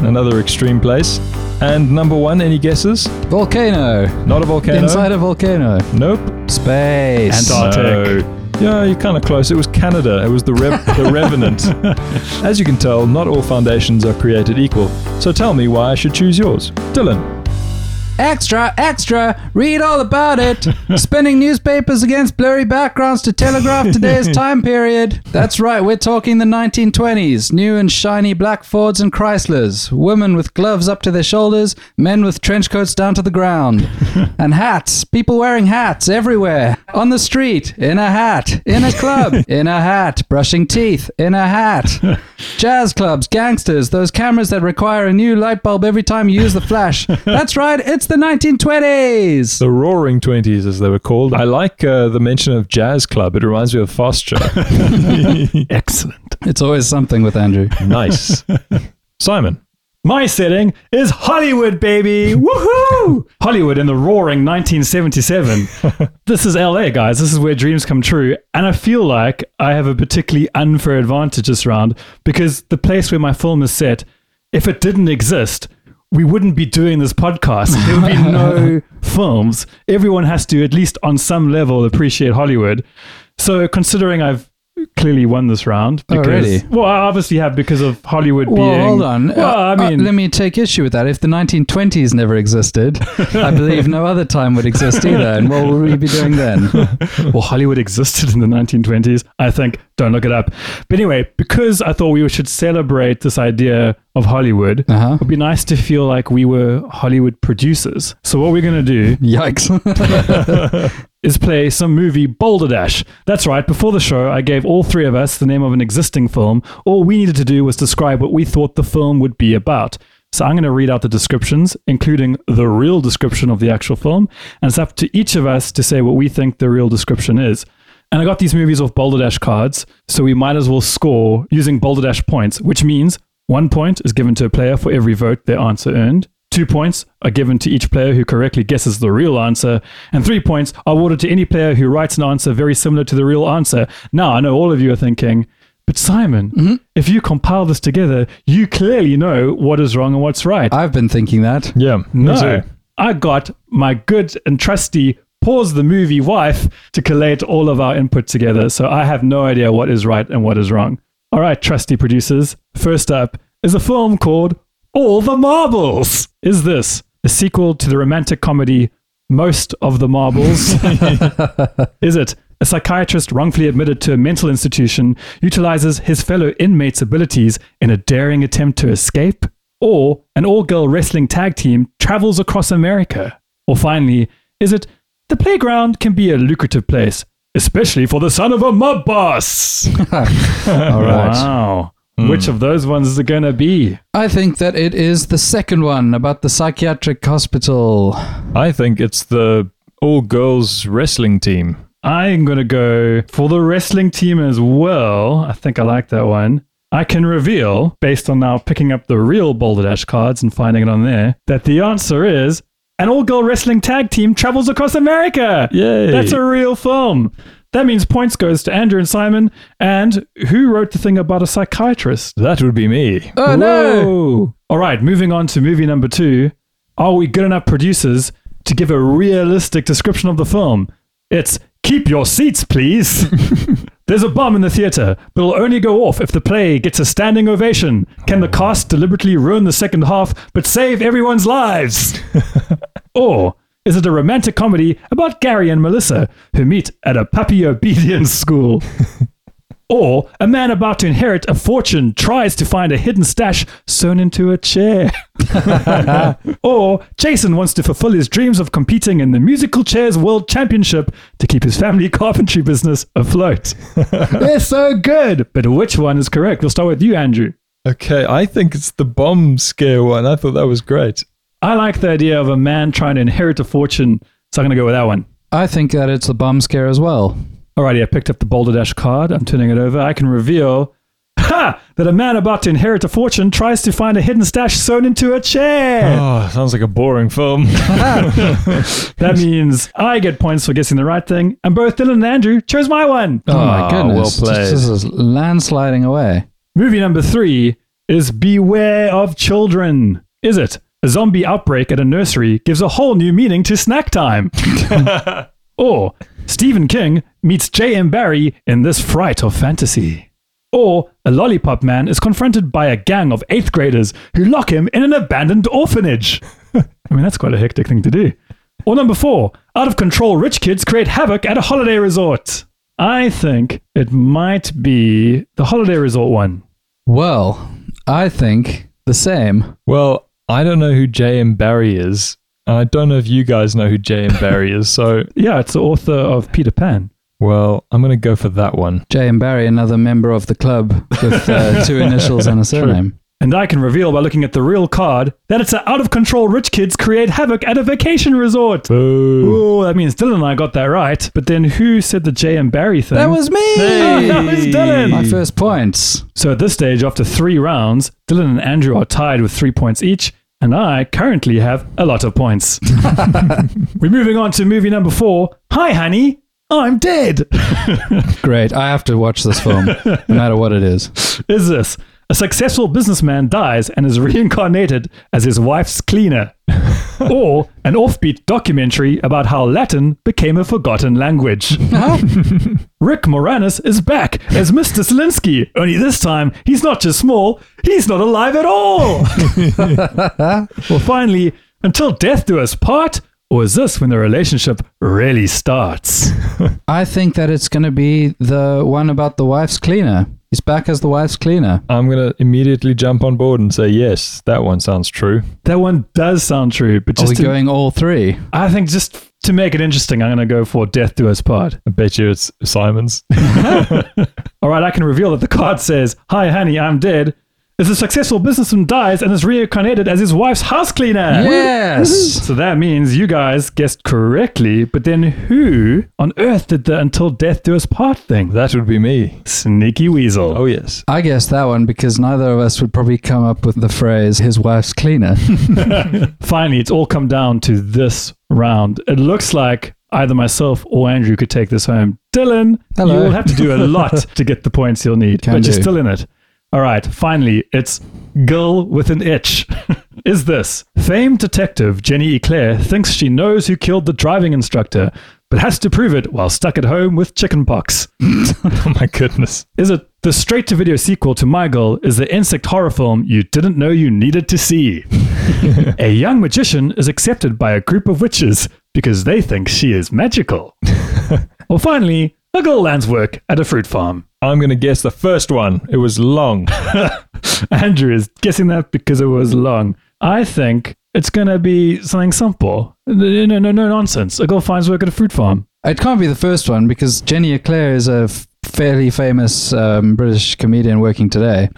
Speaker 1: Another extreme place. And number one, any guesses?
Speaker 5: volcano.
Speaker 1: Not a volcano.
Speaker 5: Inside a volcano.
Speaker 1: Nope.
Speaker 5: Space.
Speaker 4: Antarctic.
Speaker 1: No. Oh, Yeah, you're kind of close. It was Canada. It was the, Rev- the Revenant. As you can tell, not all foundations are created equal. So tell me why I should choose yours. Dylan,
Speaker 5: Extra, extra, read all about it. Spinning newspapers against blurry backgrounds to telegraph today's time period. That's right, we're talking the 1920s. New and shiny black Fords and Chryslers. Women with gloves up to their shoulders, men with trench coats down to the ground. And hats, people wearing hats everywhere. On the street, in a hat. In a club, in a hat. Brushing teeth, in a hat. Jazz clubs, gangsters, those cameras that require a new light bulb every time you use
Speaker 4: (laughs)
Speaker 5: the flash. That's right, it's the 1920s.
Speaker 1: the Roaring Twenties, as they were called. I like uh, the mention of jazz club. It reminds me of Foster.
Speaker 4: Excellent.
Speaker 5: It's always something with Andrew.
Speaker 1: (laughs) nice. (laughs) Simon,
Speaker 4: My setting is Hollywood,
Speaker 5: (laughs)
Speaker 4: baby. Woohoo! Hollywood in the roaring
Speaker 5: (laughs)
Speaker 4: 1977. this is LA, guys. This is where dreams come true. And I feel like I have a particularly unfair advantage this round because the place where my film is set, if it didn't exist, we wouldn't be doing this podcast. There would
Speaker 5: (laughs)
Speaker 4: be no films. Everyone has to, at least on some level, appreciate Hollywood. So considering I've clearly won this round
Speaker 5: Oh,
Speaker 4: because
Speaker 5: really?
Speaker 4: well I obviously have because of Hollywood
Speaker 5: Well,
Speaker 4: being
Speaker 5: hold on.
Speaker 4: (laughs) well
Speaker 5: Uh,
Speaker 4: I mean
Speaker 5: uh, let me take issue with that. If the 1920s never existed,
Speaker 4: (laughs)
Speaker 5: I believe no other time would exist either. And what would we be doing then?
Speaker 4: (laughs) well, Hollywood existed in the 1920s, I think. Don't look it up. But anyway, because I thought we should celebrate this idea of Hollywood,
Speaker 5: Uh-huh.
Speaker 4: it would be nice to feel like we were Hollywood producers. So, what we're going to do
Speaker 5: Yikes. (laughs)
Speaker 4: is play some movie Boulder Dash. That's right, before the show, I gave all three of us the name of an existing film. All we needed to do was describe what we thought the film would be about. So I'm going to read out the descriptions, including the real description of the actual film, and it's up to each of us to say what we think the real description is. And I got these movies off Boulder Dash cards, so we might as well score using Boulder Dash points, which means one point is given to a player for every vote their answer earned. Two points are given to each player who correctly guesses the real answer, and three points are awarded to any player who writes an answer very similar to the real answer. Now, I know all of you are thinking, but Simon, if you compile this together, you clearly know what is wrong and what's right.
Speaker 5: I've been thinking that.
Speaker 1: yeah, me
Speaker 4: no,
Speaker 1: too.
Speaker 4: I got my good and trusty pause the movie wife to collate all of our input together, so I have no idea what is right and what is wrong. All right, trusty producers, first up is a film called All the Marbles. Is this a sequel to the romantic comedy Most of the Marbles? (laughs) Is it a psychiatrist wrongfully admitted to a mental institution utilizes his fellow inmates' abilities in a daring attempt to escape? Or an all girl wrestling tag team travels across America? Or finally, is it the playground can be a lucrative place, especially for the son of a mob boss?
Speaker 5: All right.
Speaker 4: Wow. Which of those ones is it going to be?
Speaker 5: I think that it is the second one about the psychiatric hospital.
Speaker 1: I think it's the all girls wrestling team.
Speaker 4: I'm going to go for the wrestling team as well. I think I like that one. I can reveal, based on now picking up the real Boulder Dash cards and finding it on there, that the answer is an all girl wrestling tag team travels across America.
Speaker 1: Yay.
Speaker 4: That's a real film. That means points goes to Andrew and Simon. And who wrote the thing about a psychiatrist?
Speaker 1: That would be me.
Speaker 5: Oh no!
Speaker 4: Whoa. All right, moving on to movie number two. Are we good enough producers to give a realistic description of the film? It's keep your seats, please. There's a bomb in the theater, but it'll only go off if the play gets a standing ovation. Can the cast deliberately ruin the second half but save everyone's lives? or is it a romantic comedy about Gary and Melissa who meet at a puppy obedience school? Or a man about to inherit a fortune tries to find a hidden stash sewn into a chair. (laughs) or Jason wants to fulfill his dreams of competing in the musical chairs world championship to keep his family (laughs) carpentry business afloat. They're so good. But which one is correct? We'll start with you, Andrew.
Speaker 1: Okay, I think it's the bomb scare one. I thought that was great.
Speaker 4: I like the idea of a man trying to inherit a fortune, so I'm going to go with that one.
Speaker 5: I think that it's the bomb scare as well.
Speaker 4: Alrighty, I picked up the Boulder Dash card. I'm turning it over. I can reveal ha, that a man about to inherit a fortune tries to find a hidden stash sewn into a chair.
Speaker 1: Oh, sounds like a boring (laughs) film.
Speaker 4: That means I get points for guessing the right thing, and both Dylan and Andrew chose my one.
Speaker 5: Oh,
Speaker 1: Ah,
Speaker 5: my goodness!
Speaker 1: well played.
Speaker 5: This is landsliding away.
Speaker 4: Movie number three is Beware of Children. Is it? A zombie outbreak at a nursery gives a whole new meaning to snack time. or Stephen King meets J.M. Barrie in this fright of fantasy. Or a lollipop man is confronted by a gang of eighth graders who lock him in an abandoned orphanage. (laughs) I mean, that's quite a hectic thing to do. Or number four, out of control rich kids create havoc at a holiday resort. I think it might be the holiday resort one.
Speaker 5: Well, I think the same.
Speaker 1: well, I don't know who J.M. Barry is. and I don't know if you guys know who
Speaker 4: (laughs)
Speaker 1: J.M. Barry is. So,
Speaker 4: Yeah, it's the author of Peter Pan.
Speaker 1: well, I'm going to go for that one.
Speaker 5: Jay and Barry, another member of the club with uh, two initials and a surname.
Speaker 4: And I can reveal by looking at the real card that it's an out of control rich kids create havoc at a vacation resort. Oh, that means Dylan and I got that right. But then who said the J and Barry thing?
Speaker 5: That was me.
Speaker 4: that was Dylan.
Speaker 5: My first points.
Speaker 4: So at this stage, after three rounds, Dylan and Andrew are tied with three points each, and I currently have a lot of
Speaker 5: (laughs)
Speaker 4: points. We're moving on to movie number four. Hi, honey. I'm dead.
Speaker 5: Great. I have to watch this film, no matter what it is.
Speaker 4: Is this a successful businessman dies and is (laughs) reincarnated as his wife's cleaner? (laughs) or an offbeat documentary about how Latin became a forgotten language?
Speaker 5: Oh.
Speaker 4: (laughs) Rick Moranis is back as Mr. Zelinsky, only this time he's not just small, he's not alive at
Speaker 5: (laughs)
Speaker 4: all. well, finally, until death do us part, or is this when the relationship really starts?
Speaker 5: (laughs) I think that it's going to be the one about the wife's cleaner. He's back as the wife's cleaner.
Speaker 1: I'm going to immediately jump on board and say, yes, that one sounds true.
Speaker 4: That one does sound true, but
Speaker 5: Are
Speaker 4: just
Speaker 5: we
Speaker 4: to,
Speaker 5: going all three?
Speaker 4: I think just to make it interesting, I'm going to go for death do us part.
Speaker 1: I bet you it's Simon's. (laughs)
Speaker 4: All right, I can reveal that the card says, Hi, honey, I'm dead. Is a successful businessman dies and is reincarnated as his wife's house cleaner.
Speaker 5: Yes.
Speaker 4: So that means you guys guessed correctly, but then who on earth did the until death do us part thing?
Speaker 1: That would be me.
Speaker 4: Sneaky weasel.
Speaker 1: Oh, yes. (laughs)
Speaker 5: I guess that one because neither of us would probably come up with the phrase his wife's cleaner.
Speaker 4: Finally, it's all come down to this round. It looks like either myself or Andrew could take this home. Dylan,
Speaker 5: Hello.
Speaker 4: you'll have to
Speaker 5: (laughs)
Speaker 4: do a lot to get the points you'll need,
Speaker 5: Can
Speaker 4: but you're
Speaker 5: do.
Speaker 4: still in it. All right, finally, it's Gull with an itch. (laughs) Is this famed detective Jenny Eclair thinks she knows who killed the driving instructor, but has to prove it while stuck at home with chickenpox?
Speaker 1: Oh, my goodness.
Speaker 4: Is it the straight to video sequel to My Girl is the insect horror film you didn't know you needed to see? a young magician is accepted by a group of witches because they think she is magical. or finally, a girl lands work at a fruit farm.
Speaker 1: I'm going to guess the first one. It was long.
Speaker 4: Andrew is guessing that because it was long. I think it's going to be something simple. No, no, no, no nonsense. A girl finds work at a fruit farm.
Speaker 5: it can't be the first one because Jenny Eclair is a f- fairly famous um, British comedian working today,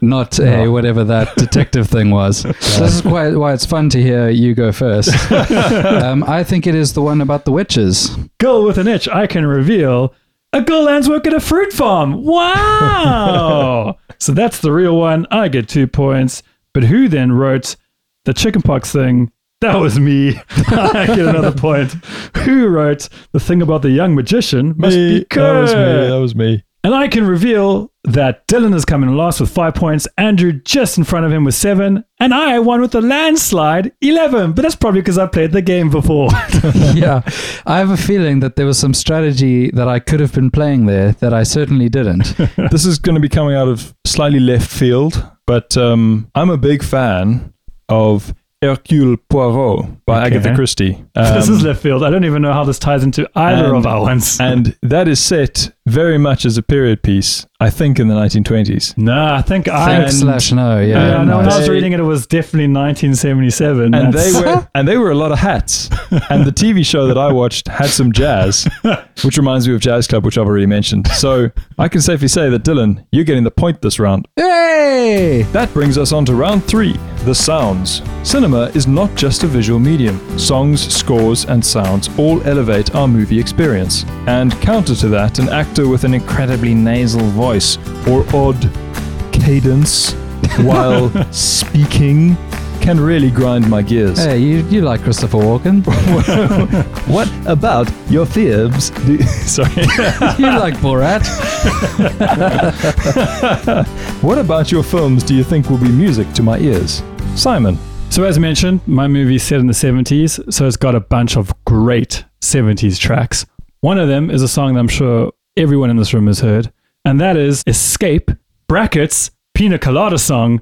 Speaker 5: not a whatever that detective thing was. So this is quite why it's fun to hear you go first. um, I think it is the one about the witches.
Speaker 4: Girl with
Speaker 1: (laughs)
Speaker 4: an itch, I can reveal a girl lands work at a fruit farm. Wow. So that's the real one. I get two points. But who then wrote the chickenpox thing? That was me. (laughs) I get another point. Who wrote the thing about the young magician? (laughs) Must be
Speaker 1: That was me.
Speaker 4: Kurt.
Speaker 1: That was
Speaker 4: (laughs)
Speaker 1: me.
Speaker 4: And I can reveal that Dylan has come in last with five points, Andrew just in front of him with seven, and I won with a landslide, 11. But that's probably because I played the game before. (laughs)
Speaker 5: (laughs) yeah. I have a feeling that there was some strategy that I could have been playing there that I certainly didn't.
Speaker 1: this is going to be coming out of slightly left field, but um, I'm a big fan of Hercule Poirot by
Speaker 4: Okay.
Speaker 1: Agatha Christie.
Speaker 4: (laughs) this
Speaker 1: Um,
Speaker 4: is left field. I don't even know how this ties into either
Speaker 1: and-
Speaker 4: of our ones.
Speaker 1: (laughs) and that is set very much as a period piece, I think, in the 1920s.
Speaker 4: no, I think I.
Speaker 5: Thanks, slash no. Yeah.
Speaker 4: yeah, no, when I was
Speaker 1: They-
Speaker 4: reading it, it was definitely
Speaker 1: And
Speaker 4: 1977. That's-
Speaker 1: they were and they were a lot of hats. And the TV show that I watched had some jazz, which reminds me of Jazz Club, which I've already mentioned. So I can safely say that Dylan, you're getting the point this round.
Speaker 5: Hey!
Speaker 1: That brings us on to round three the sounds. Cinema is not just a visual medium. Songs, scores, and sounds all elevate our movie experience. And counter to that, an actor with an incredibly nasal voice or odd (laughs) cadence while speaking can really grind my gears.
Speaker 5: Hey, you, you like Christopher Walken?
Speaker 1: What about your fibs? Do- (laughs) Sorry.
Speaker 5: you like Borat?
Speaker 1: what about your films do you think will be music to my ears? Simon.
Speaker 4: So, as mentioned, my movie's set in the 70s, so it's got a bunch of great 70s tracks. One of them is a song that I'm sure everyone in this room has heard, and that is Escape Brackets Pina Colada Song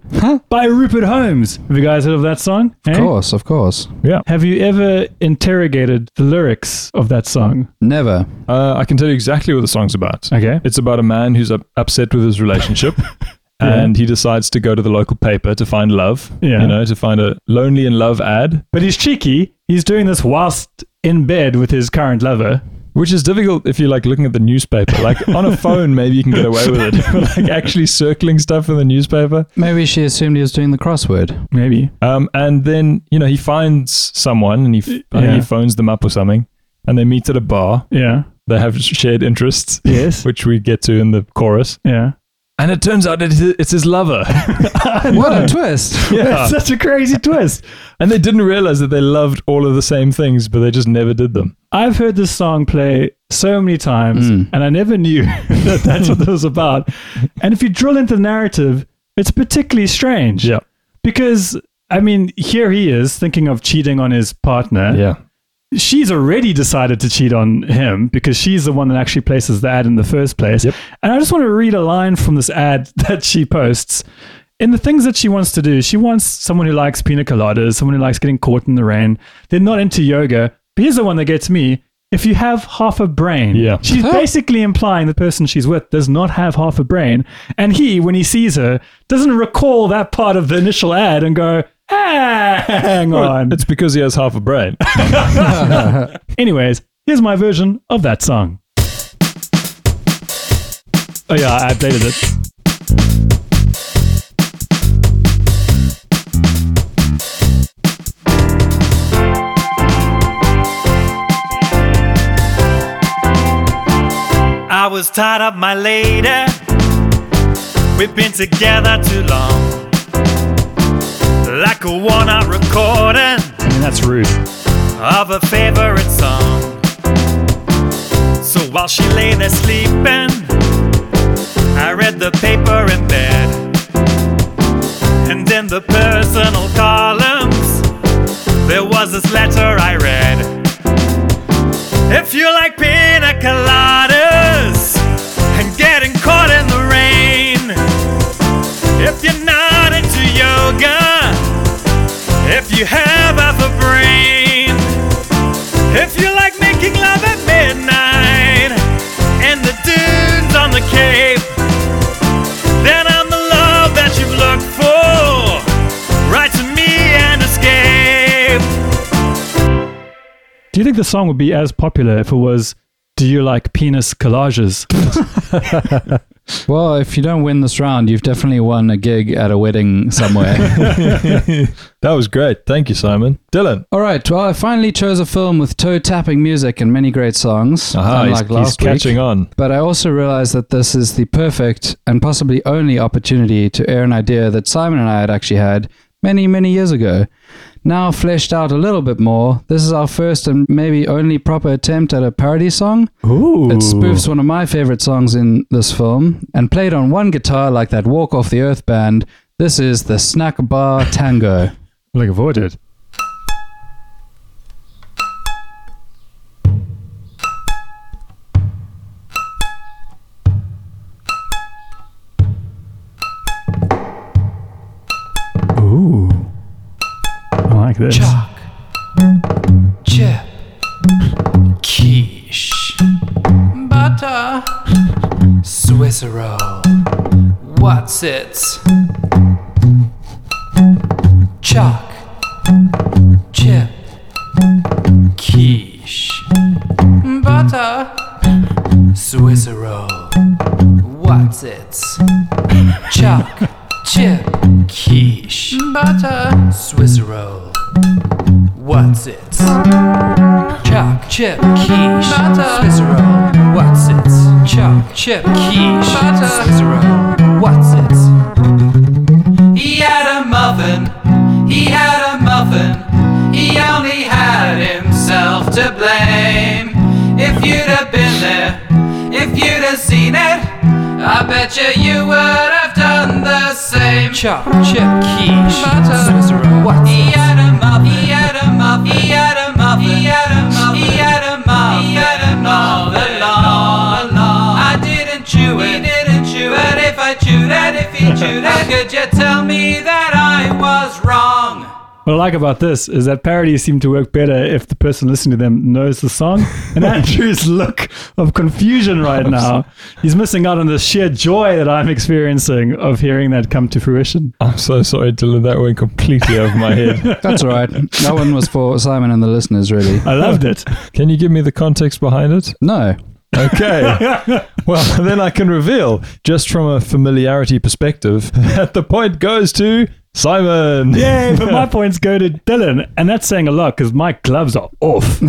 Speaker 4: by Rupert Holmes. Have you guys heard of that song? Eh?
Speaker 5: Of course, of course.
Speaker 4: Have you ever interrogated the lyrics of that song?
Speaker 5: Never.
Speaker 1: Uh, I can tell you exactly what the song's about.
Speaker 4: Okay.
Speaker 1: It's about a man who's up- upset with his
Speaker 4: (laughs)
Speaker 1: relationship. And he decides to go to the local paper to find love,
Speaker 4: Yeah.
Speaker 1: you know, to find a lonely in love ad,
Speaker 4: But he's cheeky. He's doing this whilst in bed with his current lover.
Speaker 1: which is difficult if you're like looking at the newspaper.
Speaker 4: (laughs)
Speaker 1: Like on a phone, maybe you can get away with it. (laughs) But like actually circling stuff in the newspaper.
Speaker 5: Maybe she assumed he was doing the crossword.
Speaker 4: Maybe.
Speaker 1: Um, and then, you know, he finds someone and he, f I think
Speaker 4: Yeah.
Speaker 1: he phones them up or something. And they meet at a bar.
Speaker 4: Yeah.
Speaker 1: They have shared interests,
Speaker 4: Yes.
Speaker 1: (laughs) which we get to in the chorus.
Speaker 4: yeah.
Speaker 1: And it turns out it is- it's his lover. (laughs)
Speaker 5: What a twist! (laughs)
Speaker 1: yeah.
Speaker 4: Such a crazy twist.
Speaker 1: and they didn't realize that they loved all of the same things, but they just never did them.
Speaker 4: I've heard this song play so many times, and I never knew (laughs) that that's what it was about. And if you drill into the narrative, it's particularly strange.
Speaker 1: Yeah.
Speaker 4: Because, I mean, here he is thinking of cheating on his partner. She's already decided to cheat on him because she's the one that actually places the ad in the first place.
Speaker 1: Yep.
Speaker 4: And I just want to read a line from this ad (laughs) that she posts. In the things that she wants to do, she wants someone who likes pina coladas, someone who likes getting caught in the rain. They're not into yoga. But here's the one that gets me. If you have half a brain,
Speaker 1: Yeah.
Speaker 4: she's basically implying the person she's with does not have half a brain. And he, when he sees her, doesn't recall that part of the initial ad and go, "Ah, (laughs) hang on.
Speaker 1: It's because he has half a brain. (laughs)
Speaker 4: Anyways, here's my version of that song. Oh yeah, I updated it.
Speaker 2: I was tied up, my lady. We've been together too long. Like a worn out recording
Speaker 4: I mean, that's rude.
Speaker 2: of a favorite song. So while she lay there sleeping, I read the paper in bed. And in the personal columns, there was this letter I read. If you like pina coladas and getting caught in the rain, if you're not into yoga, if you have half a brain, if you like making love at midnight and the dunes on the cape, then I'm the love that you've looked for. Write to me and escape.
Speaker 4: Do you think the song would be as popular if it was "Do you like penis collages"?
Speaker 5: Well, if you don't win this round, you've definitely won a gig at a wedding somewhere.
Speaker 1: That was great. Thank you, Simon. Dylan.
Speaker 5: All right. Well, I finally chose a film with toe tapping music and many great songs.
Speaker 1: Aha, Uh-huh, he's,
Speaker 5: unlike last
Speaker 1: he's
Speaker 5: week.
Speaker 1: catching on.
Speaker 5: But I also realized that this is the perfect and possibly only opportunity to air an idea that Simon and I had actually had many, many years ago. Now fleshed out a little bit more, this is our first and maybe only proper attempt at a parody song.
Speaker 4: Ooh.
Speaker 5: It spoofs one of my favorite songs in this film and played on one guitar like that Walk Off the Earth band. This is the Snack Bar Tango.
Speaker 4: Looking forward to it. Ooh. I like this.
Speaker 6: chip, quiche, butter, Swiss roll, what's it? Chalk, chip, quiche, butter, Swiss roll, what's it? Chalk, chip, quiche, butter, Swiss roll. What's it? Chalk, chip, quiche, butter, Swiss roll. What's it? Chalk, chip, quiche, butter, Swiss roll. What's it? He had a muffin. He had a muffin. He only had himself to blame. If you'd have been there, if you'd have seen it, I bet you you would have done the same. Chop, chip, quiche, butter, Swiss roll. What? He had a muffin. He had a muffin. He had a muffin. He had a muffin. He had a muffin. He had a muffin. All along. I didn't chew it. He didn't chew it. But if I chewed it, if he chewed it, could you tell me that I was wrong?
Speaker 4: What I like about this is that parodies seem to work better if the person listening to them knows the song.
Speaker 2: (laughs)
Speaker 4: And Andrew's look of confusion right now, he's missing out on the sheer joy that I'm experiencing of hearing that come to fruition.
Speaker 1: I'm so sorry, Dylan. That went completely over my
Speaker 5: (laughs)
Speaker 1: head.
Speaker 5: That's all right. That one was for Simon and the listeners,
Speaker 4: (laughs)
Speaker 5: really.
Speaker 2: (laughs)
Speaker 4: I loved it.
Speaker 1: Can you give me the context behind it?
Speaker 5: No.
Speaker 1: Okay. well, (laughs) then I can reveal, just from a familiarity perspective, (laughs) that the point goes to Simon.
Speaker 4: Yay, but my points go to Dylan. And that's saying a lot because my gloves are off.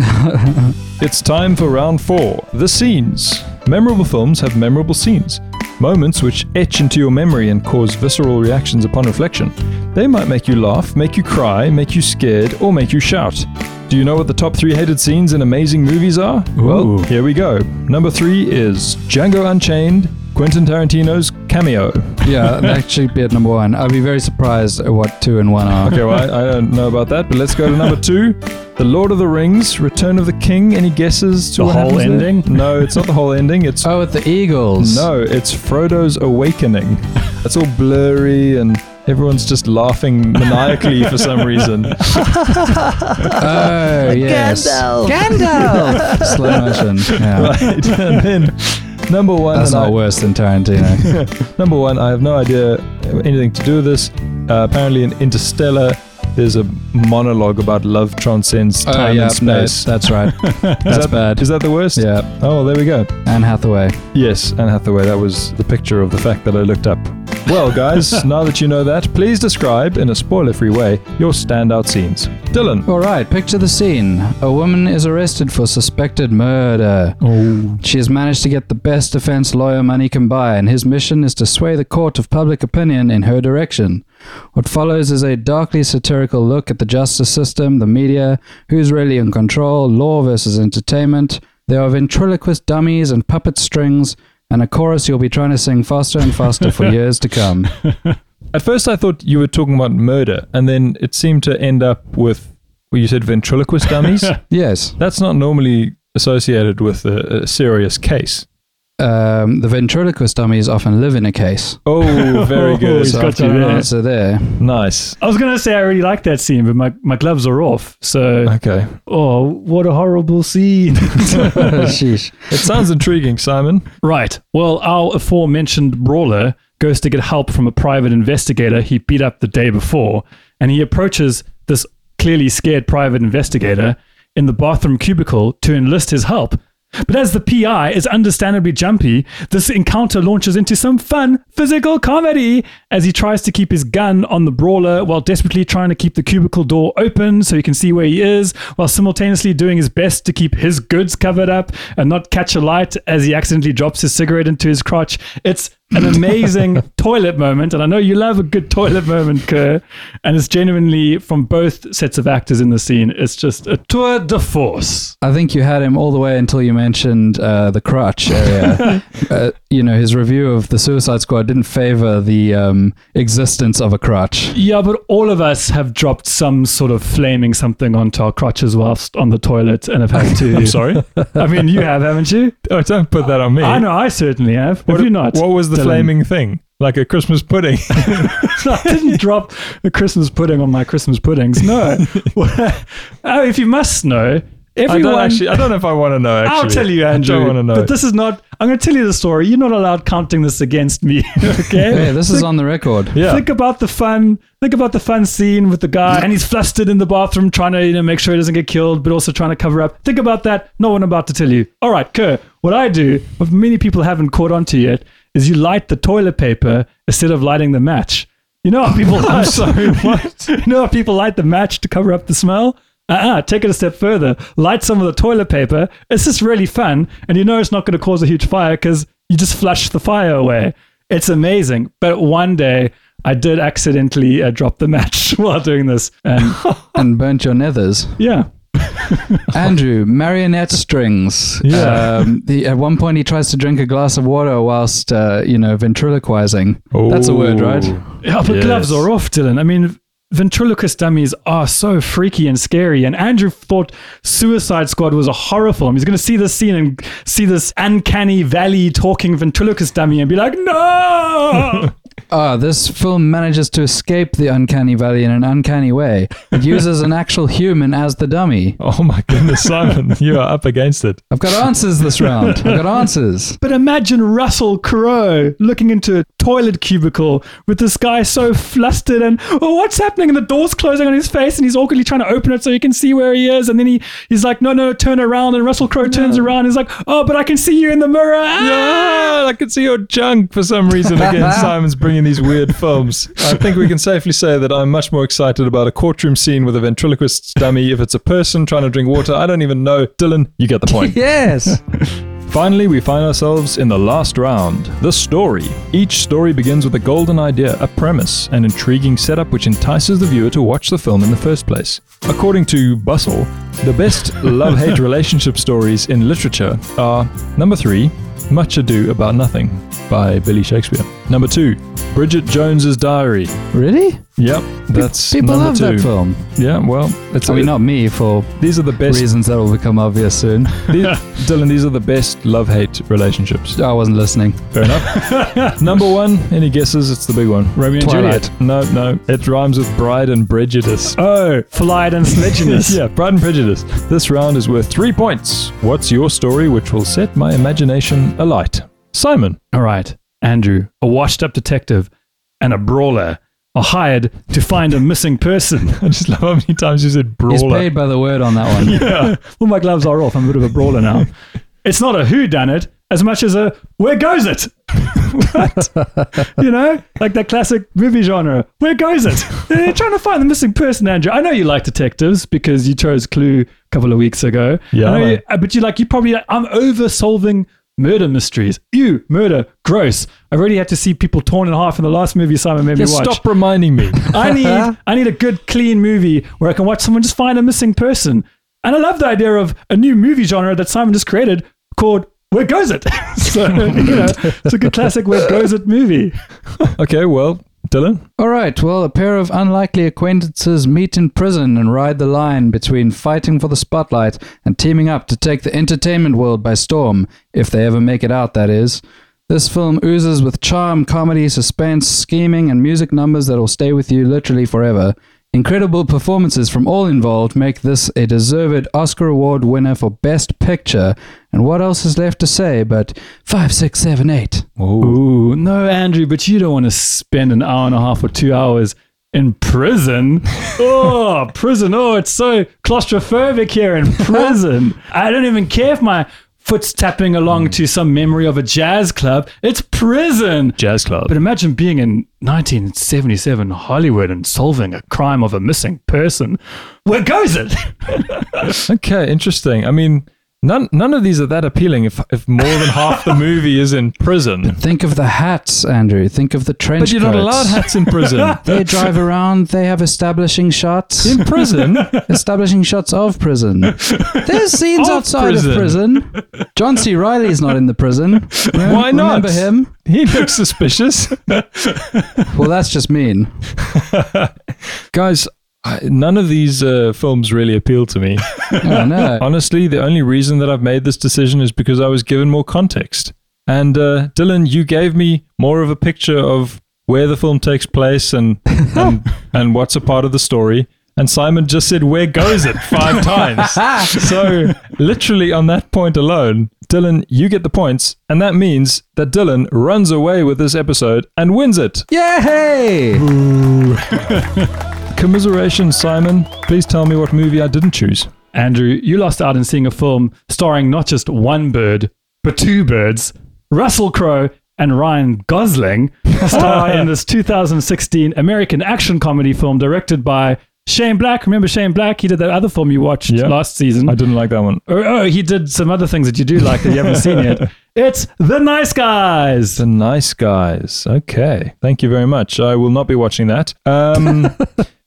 Speaker 1: It's time for round four the scenes. Memorable films have memorable scenes, moments which etch into your memory and cause visceral reactions upon reflection. They might make you laugh, make you cry, make you scared, or make you shout. Do you know what the top three hated scenes in amazing movies are? Well,
Speaker 4: Ooh.
Speaker 1: here we go. Number three is Django Unchained, Quentin Tarantino's cameo.
Speaker 5: Yeah, that should be at number one. I'd be very surprised at what two and one are.
Speaker 1: Okay, well, I, I don't know about that, but let's go to number two The Lord of the Rings, Return of the King. Any guesses to
Speaker 4: The
Speaker 1: what
Speaker 4: whole
Speaker 1: happens there?
Speaker 4: ending?
Speaker 1: No, it's not the whole ending.
Speaker 4: (laughs)
Speaker 1: It's
Speaker 5: Oh, with the Eagles.
Speaker 1: No, it's Frodo's awakening. It's all blurry and everyone's just laughing maniacally for some
Speaker 5: (laughs)
Speaker 1: reason. (laughs)
Speaker 5: Oh, yes. Gandalf. Gandalf.
Speaker 1: (laughs)
Speaker 5: Slow motion. Yeah.
Speaker 1: Right. And then number one
Speaker 5: That's
Speaker 1: and
Speaker 5: not
Speaker 1: I-
Speaker 5: worse
Speaker 1: (laughs)
Speaker 5: than Tarantino.
Speaker 1: number one, I have no idea anything to do with this. Uh, apparently in Interstellar there's a monologue about love transcends
Speaker 5: Oh,
Speaker 1: time
Speaker 5: yeah,
Speaker 1: and space.
Speaker 5: that- that's
Speaker 1: (laughs)
Speaker 5: right.
Speaker 1: Is
Speaker 5: That's
Speaker 1: that-
Speaker 5: bad.
Speaker 1: Is that the worst?
Speaker 5: Yeah,
Speaker 1: Oh, well, there we go.
Speaker 5: Anne Hathaway.
Speaker 1: Yes, Anne Hathaway, that was the picture of the fact that I looked up. Well,
Speaker 5: (laughs)
Speaker 1: guys, now that you know that, please describe, in a spoiler free way, your standout scenes. Dylan.
Speaker 5: All right, picture the scene. A woman is arrested for suspected murder. She has managed to get the best defense lawyer money can buy, and his mission is to sway the court of public opinion in her direction. What follows is a darkly satirical look at the justice system, the media, who's really in control, law versus entertainment. There are ventriloquist dummies and puppet strings, and a chorus you'll be trying to sing faster and faster for years to come.
Speaker 1: At first, I thought you were talking about murder, and then it seemed to end up with, well, you said ventriloquist
Speaker 4: (laughs)
Speaker 1: dummies?
Speaker 5: Yes,
Speaker 1: That's not normally associated with a, a serious case.
Speaker 5: um, the ventriloquist dummies often live in a case.
Speaker 1: Oh,
Speaker 4: (laughs)
Speaker 1: very
Speaker 4: Oh,
Speaker 1: good.
Speaker 4: he's got
Speaker 5: After
Speaker 4: you
Speaker 5: an
Speaker 4: there.
Speaker 5: answer there.
Speaker 1: Nice.
Speaker 4: I was going to say I really like that scene, but my, my gloves are off. So,
Speaker 1: Okay.
Speaker 4: oh, what a horrible scene. (laughs)
Speaker 5: Sheesh.
Speaker 1: It sounds intriguing, Simon.
Speaker 4: Right. Well, our aforementioned brawler goes to get help from a private investigator he beat up the day before, and he approaches this clearly scared private investigator in the bathroom cubicle to enlist his help. But as the PI is understandably jumpy, this encounter launches into some fun physical comedy as he tries to keep his gun on the brawler while desperately trying to keep the cubicle door open so he can see where he is, while simultaneously doing his best to keep his goods covered up and not catch a light as he accidentally drops his cigarette into his crotch. It's (laughs) an amazing toilet moment, and I know you love a good toilet moment, Kerr. And it's genuinely from both sets of actors in the scene. It's just a tour de force.
Speaker 5: I think you had him all the way until you mentioned uh, the crotch area. uh, you know, his review of the Suicide Squad didn't favor the um, existence of a crotch.
Speaker 4: Yeah, but all of us have dropped some sort of flaming something onto our crotches whilst on the toilet and have had (laughs) to. I'm sorry. I mean, you have, haven't you?
Speaker 1: Oh, don't put that on me.
Speaker 4: I know, I certainly have. Have you not?
Speaker 1: What was the
Speaker 4: Dylan?
Speaker 1: flaming thing? Like a Christmas pudding.
Speaker 4: (laughs) I
Speaker 1: (laughs)
Speaker 4: didn't drop a Christmas pudding on my Christmas puddings. No. (laughs) oh, if you must know, everyone.
Speaker 1: I don't actually. I don't know if I want to know. Actually,
Speaker 4: um, I'll tell you, Andrew.
Speaker 1: I don't want to know.
Speaker 4: But this is not. I'm going to tell you the story. You're not allowed counting this against me. (laughs) Okay.
Speaker 5: Hey, this is on the record.
Speaker 1: yeah.
Speaker 4: Think about the fun. Think about the fun scene with the guy, and he's flustered in the bathroom, trying to you know make sure he doesn't get killed, but also trying to cover up. Think about that. No one about to tell you. All right, Kerr. What I do, what many people haven't caught on to yet, is you light the toilet paper instead of lighting the match. You know how people. (laughs) I'm sorry. What? you know how people light the match to cover up the smell. Uh-uh, take it a step further. Light some of the toilet paper. It's just really fun, and you know it's not going to cause a huge fire because you just flush the fire away. It's amazing. But one day, I did accidentally uh, drop the match (laughs) while doing this, and
Speaker 5: And burnt your nethers.
Speaker 4: yeah,
Speaker 5: Andrew, marionette strings.
Speaker 4: Yeah.
Speaker 5: Um, the, at one point, he tries to drink a glass of water whilst, uh, you know, ventriloquizing. That's a word, right?
Speaker 4: yeah but
Speaker 1: Yes.
Speaker 4: gloves are off, Dylan. I mean, ventriloquist dummies are so freaky and scary. And Andrew thought Suicide Squad was a horror film. He's going to see this scene and see this uncanny valley talking ventriloquist dummy and be like, no.
Speaker 5: Ah, this film manages to escape the uncanny valley in an uncanny way. It uses an actual human as the dummy.
Speaker 1: Oh my
Speaker 4: (laughs)
Speaker 1: goodness, Simon, you are up against it.
Speaker 5: I've got answers this round. I've got answers.
Speaker 4: But imagine Russell Crowe looking into a toilet cubicle with this guy so flustered and oh, what's happening? And the door's closing on his face, and he's awkwardly trying to open it so he can see where he is. And then he he's like, no, no, turn around. And Russell Crowe turns around. And he's like, oh, but I can see you in the mirror. Ah!
Speaker 1: Ah, I can see your junk for some reason. Again, Simon's bringing these weird films. I think we can safely say that I'm much more excited about a courtroom scene with a ventriloquist dummy. If it's a person trying to drink water, I don't even know. Dylan, you get the
Speaker 5: (laughs)
Speaker 1: point.
Speaker 5: Yes.
Speaker 1: Finally, we find ourselves in the last round the story. Each story begins with a golden idea, a premise, an intriguing setup which entices the viewer to watch the film in the first place. According to Bustle, the
Speaker 5: (laughs)
Speaker 1: best love hate relationship stories in literature are number three, Much Ado About Nothing by Billy Shakespeare, number two, Bridget Jones's Diary.
Speaker 5: Really?
Speaker 1: Yep, that's
Speaker 5: People
Speaker 1: number
Speaker 5: love
Speaker 1: two.
Speaker 5: that film.
Speaker 1: Yeah, well, it's
Speaker 5: I mean, not me for
Speaker 1: these are the best.
Speaker 5: reasons that will become obvious soon.
Speaker 1: These, Dylan, these are the best love hate relationships.
Speaker 5: I wasn't listening.
Speaker 1: Fair enough. Number one, any guesses? It's the big one. Romeo
Speaker 5: and Juliet.
Speaker 1: No, no. It rhymes with Bride and Prejudice.
Speaker 4: Oh, flight and
Speaker 1: (laughs)
Speaker 4: sledginess.
Speaker 1: yeah, Bride and Prejudice. This round is worth three points. What's your story which will set my imagination alight? Simon. (laughs)
Speaker 4: All right, Andrew, a washed up detective and a brawler are hired to find a missing person.
Speaker 1: I just love how many times you said
Speaker 5: He's
Speaker 1: brawler.
Speaker 5: paid by the word on that
Speaker 1: (laughs)
Speaker 5: one.
Speaker 4: Well, my gloves are off. I'm a bit of a brawler now. it's not a who done it as much as a where goes it. What? you know, like that classic movie genre. Where goes it? They're trying to find the missing person, Andrew. I know you like detectives because you chose Clue a couple of weeks ago.
Speaker 1: Yeah,
Speaker 4: I know
Speaker 1: I-
Speaker 4: you, uh, but you like you probably like, I'm over solving murder mysteries. Ew, murder, gross. I've already had to see people torn in half in the last movie Simon made
Speaker 1: Just
Speaker 4: me watch.
Speaker 1: stop reminding (laughs) me.
Speaker 4: (laughs) I need I need a good clean movie where I can watch someone just find a missing person. And I love the idea of a new movie genre that Simon just created called Where Goes It? (laughs) so you know, it's a good classic Where Goes It movie.
Speaker 1: okay, well, Dylan.
Speaker 5: All right, well, a pair of unlikely acquaintances meet in prison and ride the line between fighting for the spotlight and teaming up to take the entertainment world by storm, if they ever make it out, that is. This film oozes with charm, comedy, suspense, scheming, and music numbers that will stay with you literally forever. Incredible performances from all involved make this a deserved Oscar Award winner for Best Picture. And what else is left to say but five, six, seven, eight?
Speaker 4: Ooh, no, Andrew, but you don't want to spend an hour and a half or two hours
Speaker 1: (laughs)
Speaker 4: in prison. oh,
Speaker 1: (laughs)
Speaker 4: prison. Oh, it's so claustrophobic here in prison. I don't even care if my foot's tapping
Speaker 1: Hmm.
Speaker 4: along to some memory of a jazz club. It's prison.
Speaker 1: Jazz club.
Speaker 4: But imagine being in 1977 Hollywood and solving a crime of a missing person. Where goes it?
Speaker 1: Okay, interesting. I mean, none none of these are that appealing if if more than half the movie is in prison.
Speaker 5: Think of the hats, Andrew. Think of the
Speaker 1: (laughs)
Speaker 5: trench
Speaker 1: But you're not
Speaker 5: coats.
Speaker 1: allowed hats in prison.
Speaker 5: They drive around. They have establishing
Speaker 1: (laughs)
Speaker 5: shots.
Speaker 1: In (laughs) prison?
Speaker 5: establishing shots of prison.
Speaker 1: (laughs)
Speaker 5: There's scenes
Speaker 1: Of
Speaker 5: outside of prison. John C. Riley's not in the prison.
Speaker 1: (laughs)
Speaker 5: Remember-
Speaker 1: Why not?
Speaker 5: Remember him?
Speaker 1: He looks suspicious.
Speaker 5: Well, that's just mean.
Speaker 1: Guys, I, none of these uh, films really appeal to me.
Speaker 5: Oh,
Speaker 1: (laughs)
Speaker 5: no.
Speaker 1: Honestly, the only reason that I've made this decision is because I was given more context. And uh, Dylan, you gave me more of a picture of where the film takes place and and, and what's a part of the story. And Simon just said, "Where goes it?" five times. so literally on that point alone, Dylan, you get the points, and that means that Dylan runs away with this episode and wins it.
Speaker 5: Yay!
Speaker 1: Commiserations, Simon. Please tell me what movie I didn't choose.
Speaker 4: Andrew, you lost out in seeing a film starring not just one bird, but two birds. Russell Crowe and Ryan
Speaker 1: (laughs)
Speaker 4: Gosling star in this 2016 American action comedy film directed by Shane Black. Remember Shane Black? He did that other film you watched
Speaker 1: Yeah.
Speaker 4: last season.
Speaker 1: I didn't like that one.
Speaker 4: Oh, oh, he did some other things that you do like that you haven't seen
Speaker 1: (laughs)
Speaker 4: yet. It's The Nice Guys.
Speaker 1: The nice guys. Okay. Thank you very much. I will not be watching that. Um,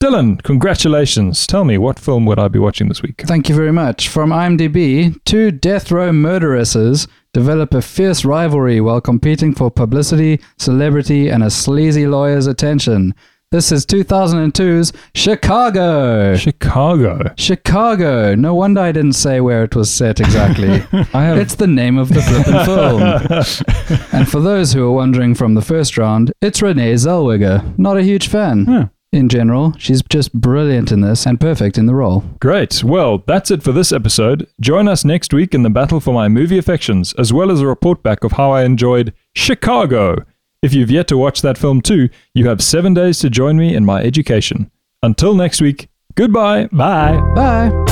Speaker 1: Dylan, congratulations. Tell me, what film would I be watching this week?
Speaker 5: Thank you very much. From IMDb, two death row murderesses develop a fierce rivalry while competing for publicity, celebrity, and a sleazy lawyer's attention. This is 2002's Chicago.
Speaker 1: Chicago.
Speaker 5: Chicago. No wonder I didn't say where it was set exactly.
Speaker 1: I have.
Speaker 5: It's the name of the flippin' film. and for those who are wondering from the first round, it's Renee Zellweger. Not a huge fan. In general, she's just brilliant in this and perfect in the role.
Speaker 1: Great. Well, that's it for this episode. Join us next week in the battle for my movie affections, as well as a report back of how I enjoyed Chicago. If you've yet to watch that film too, you have seven days to join me in my education. Until next week, goodbye.
Speaker 4: Bye.
Speaker 5: Bye.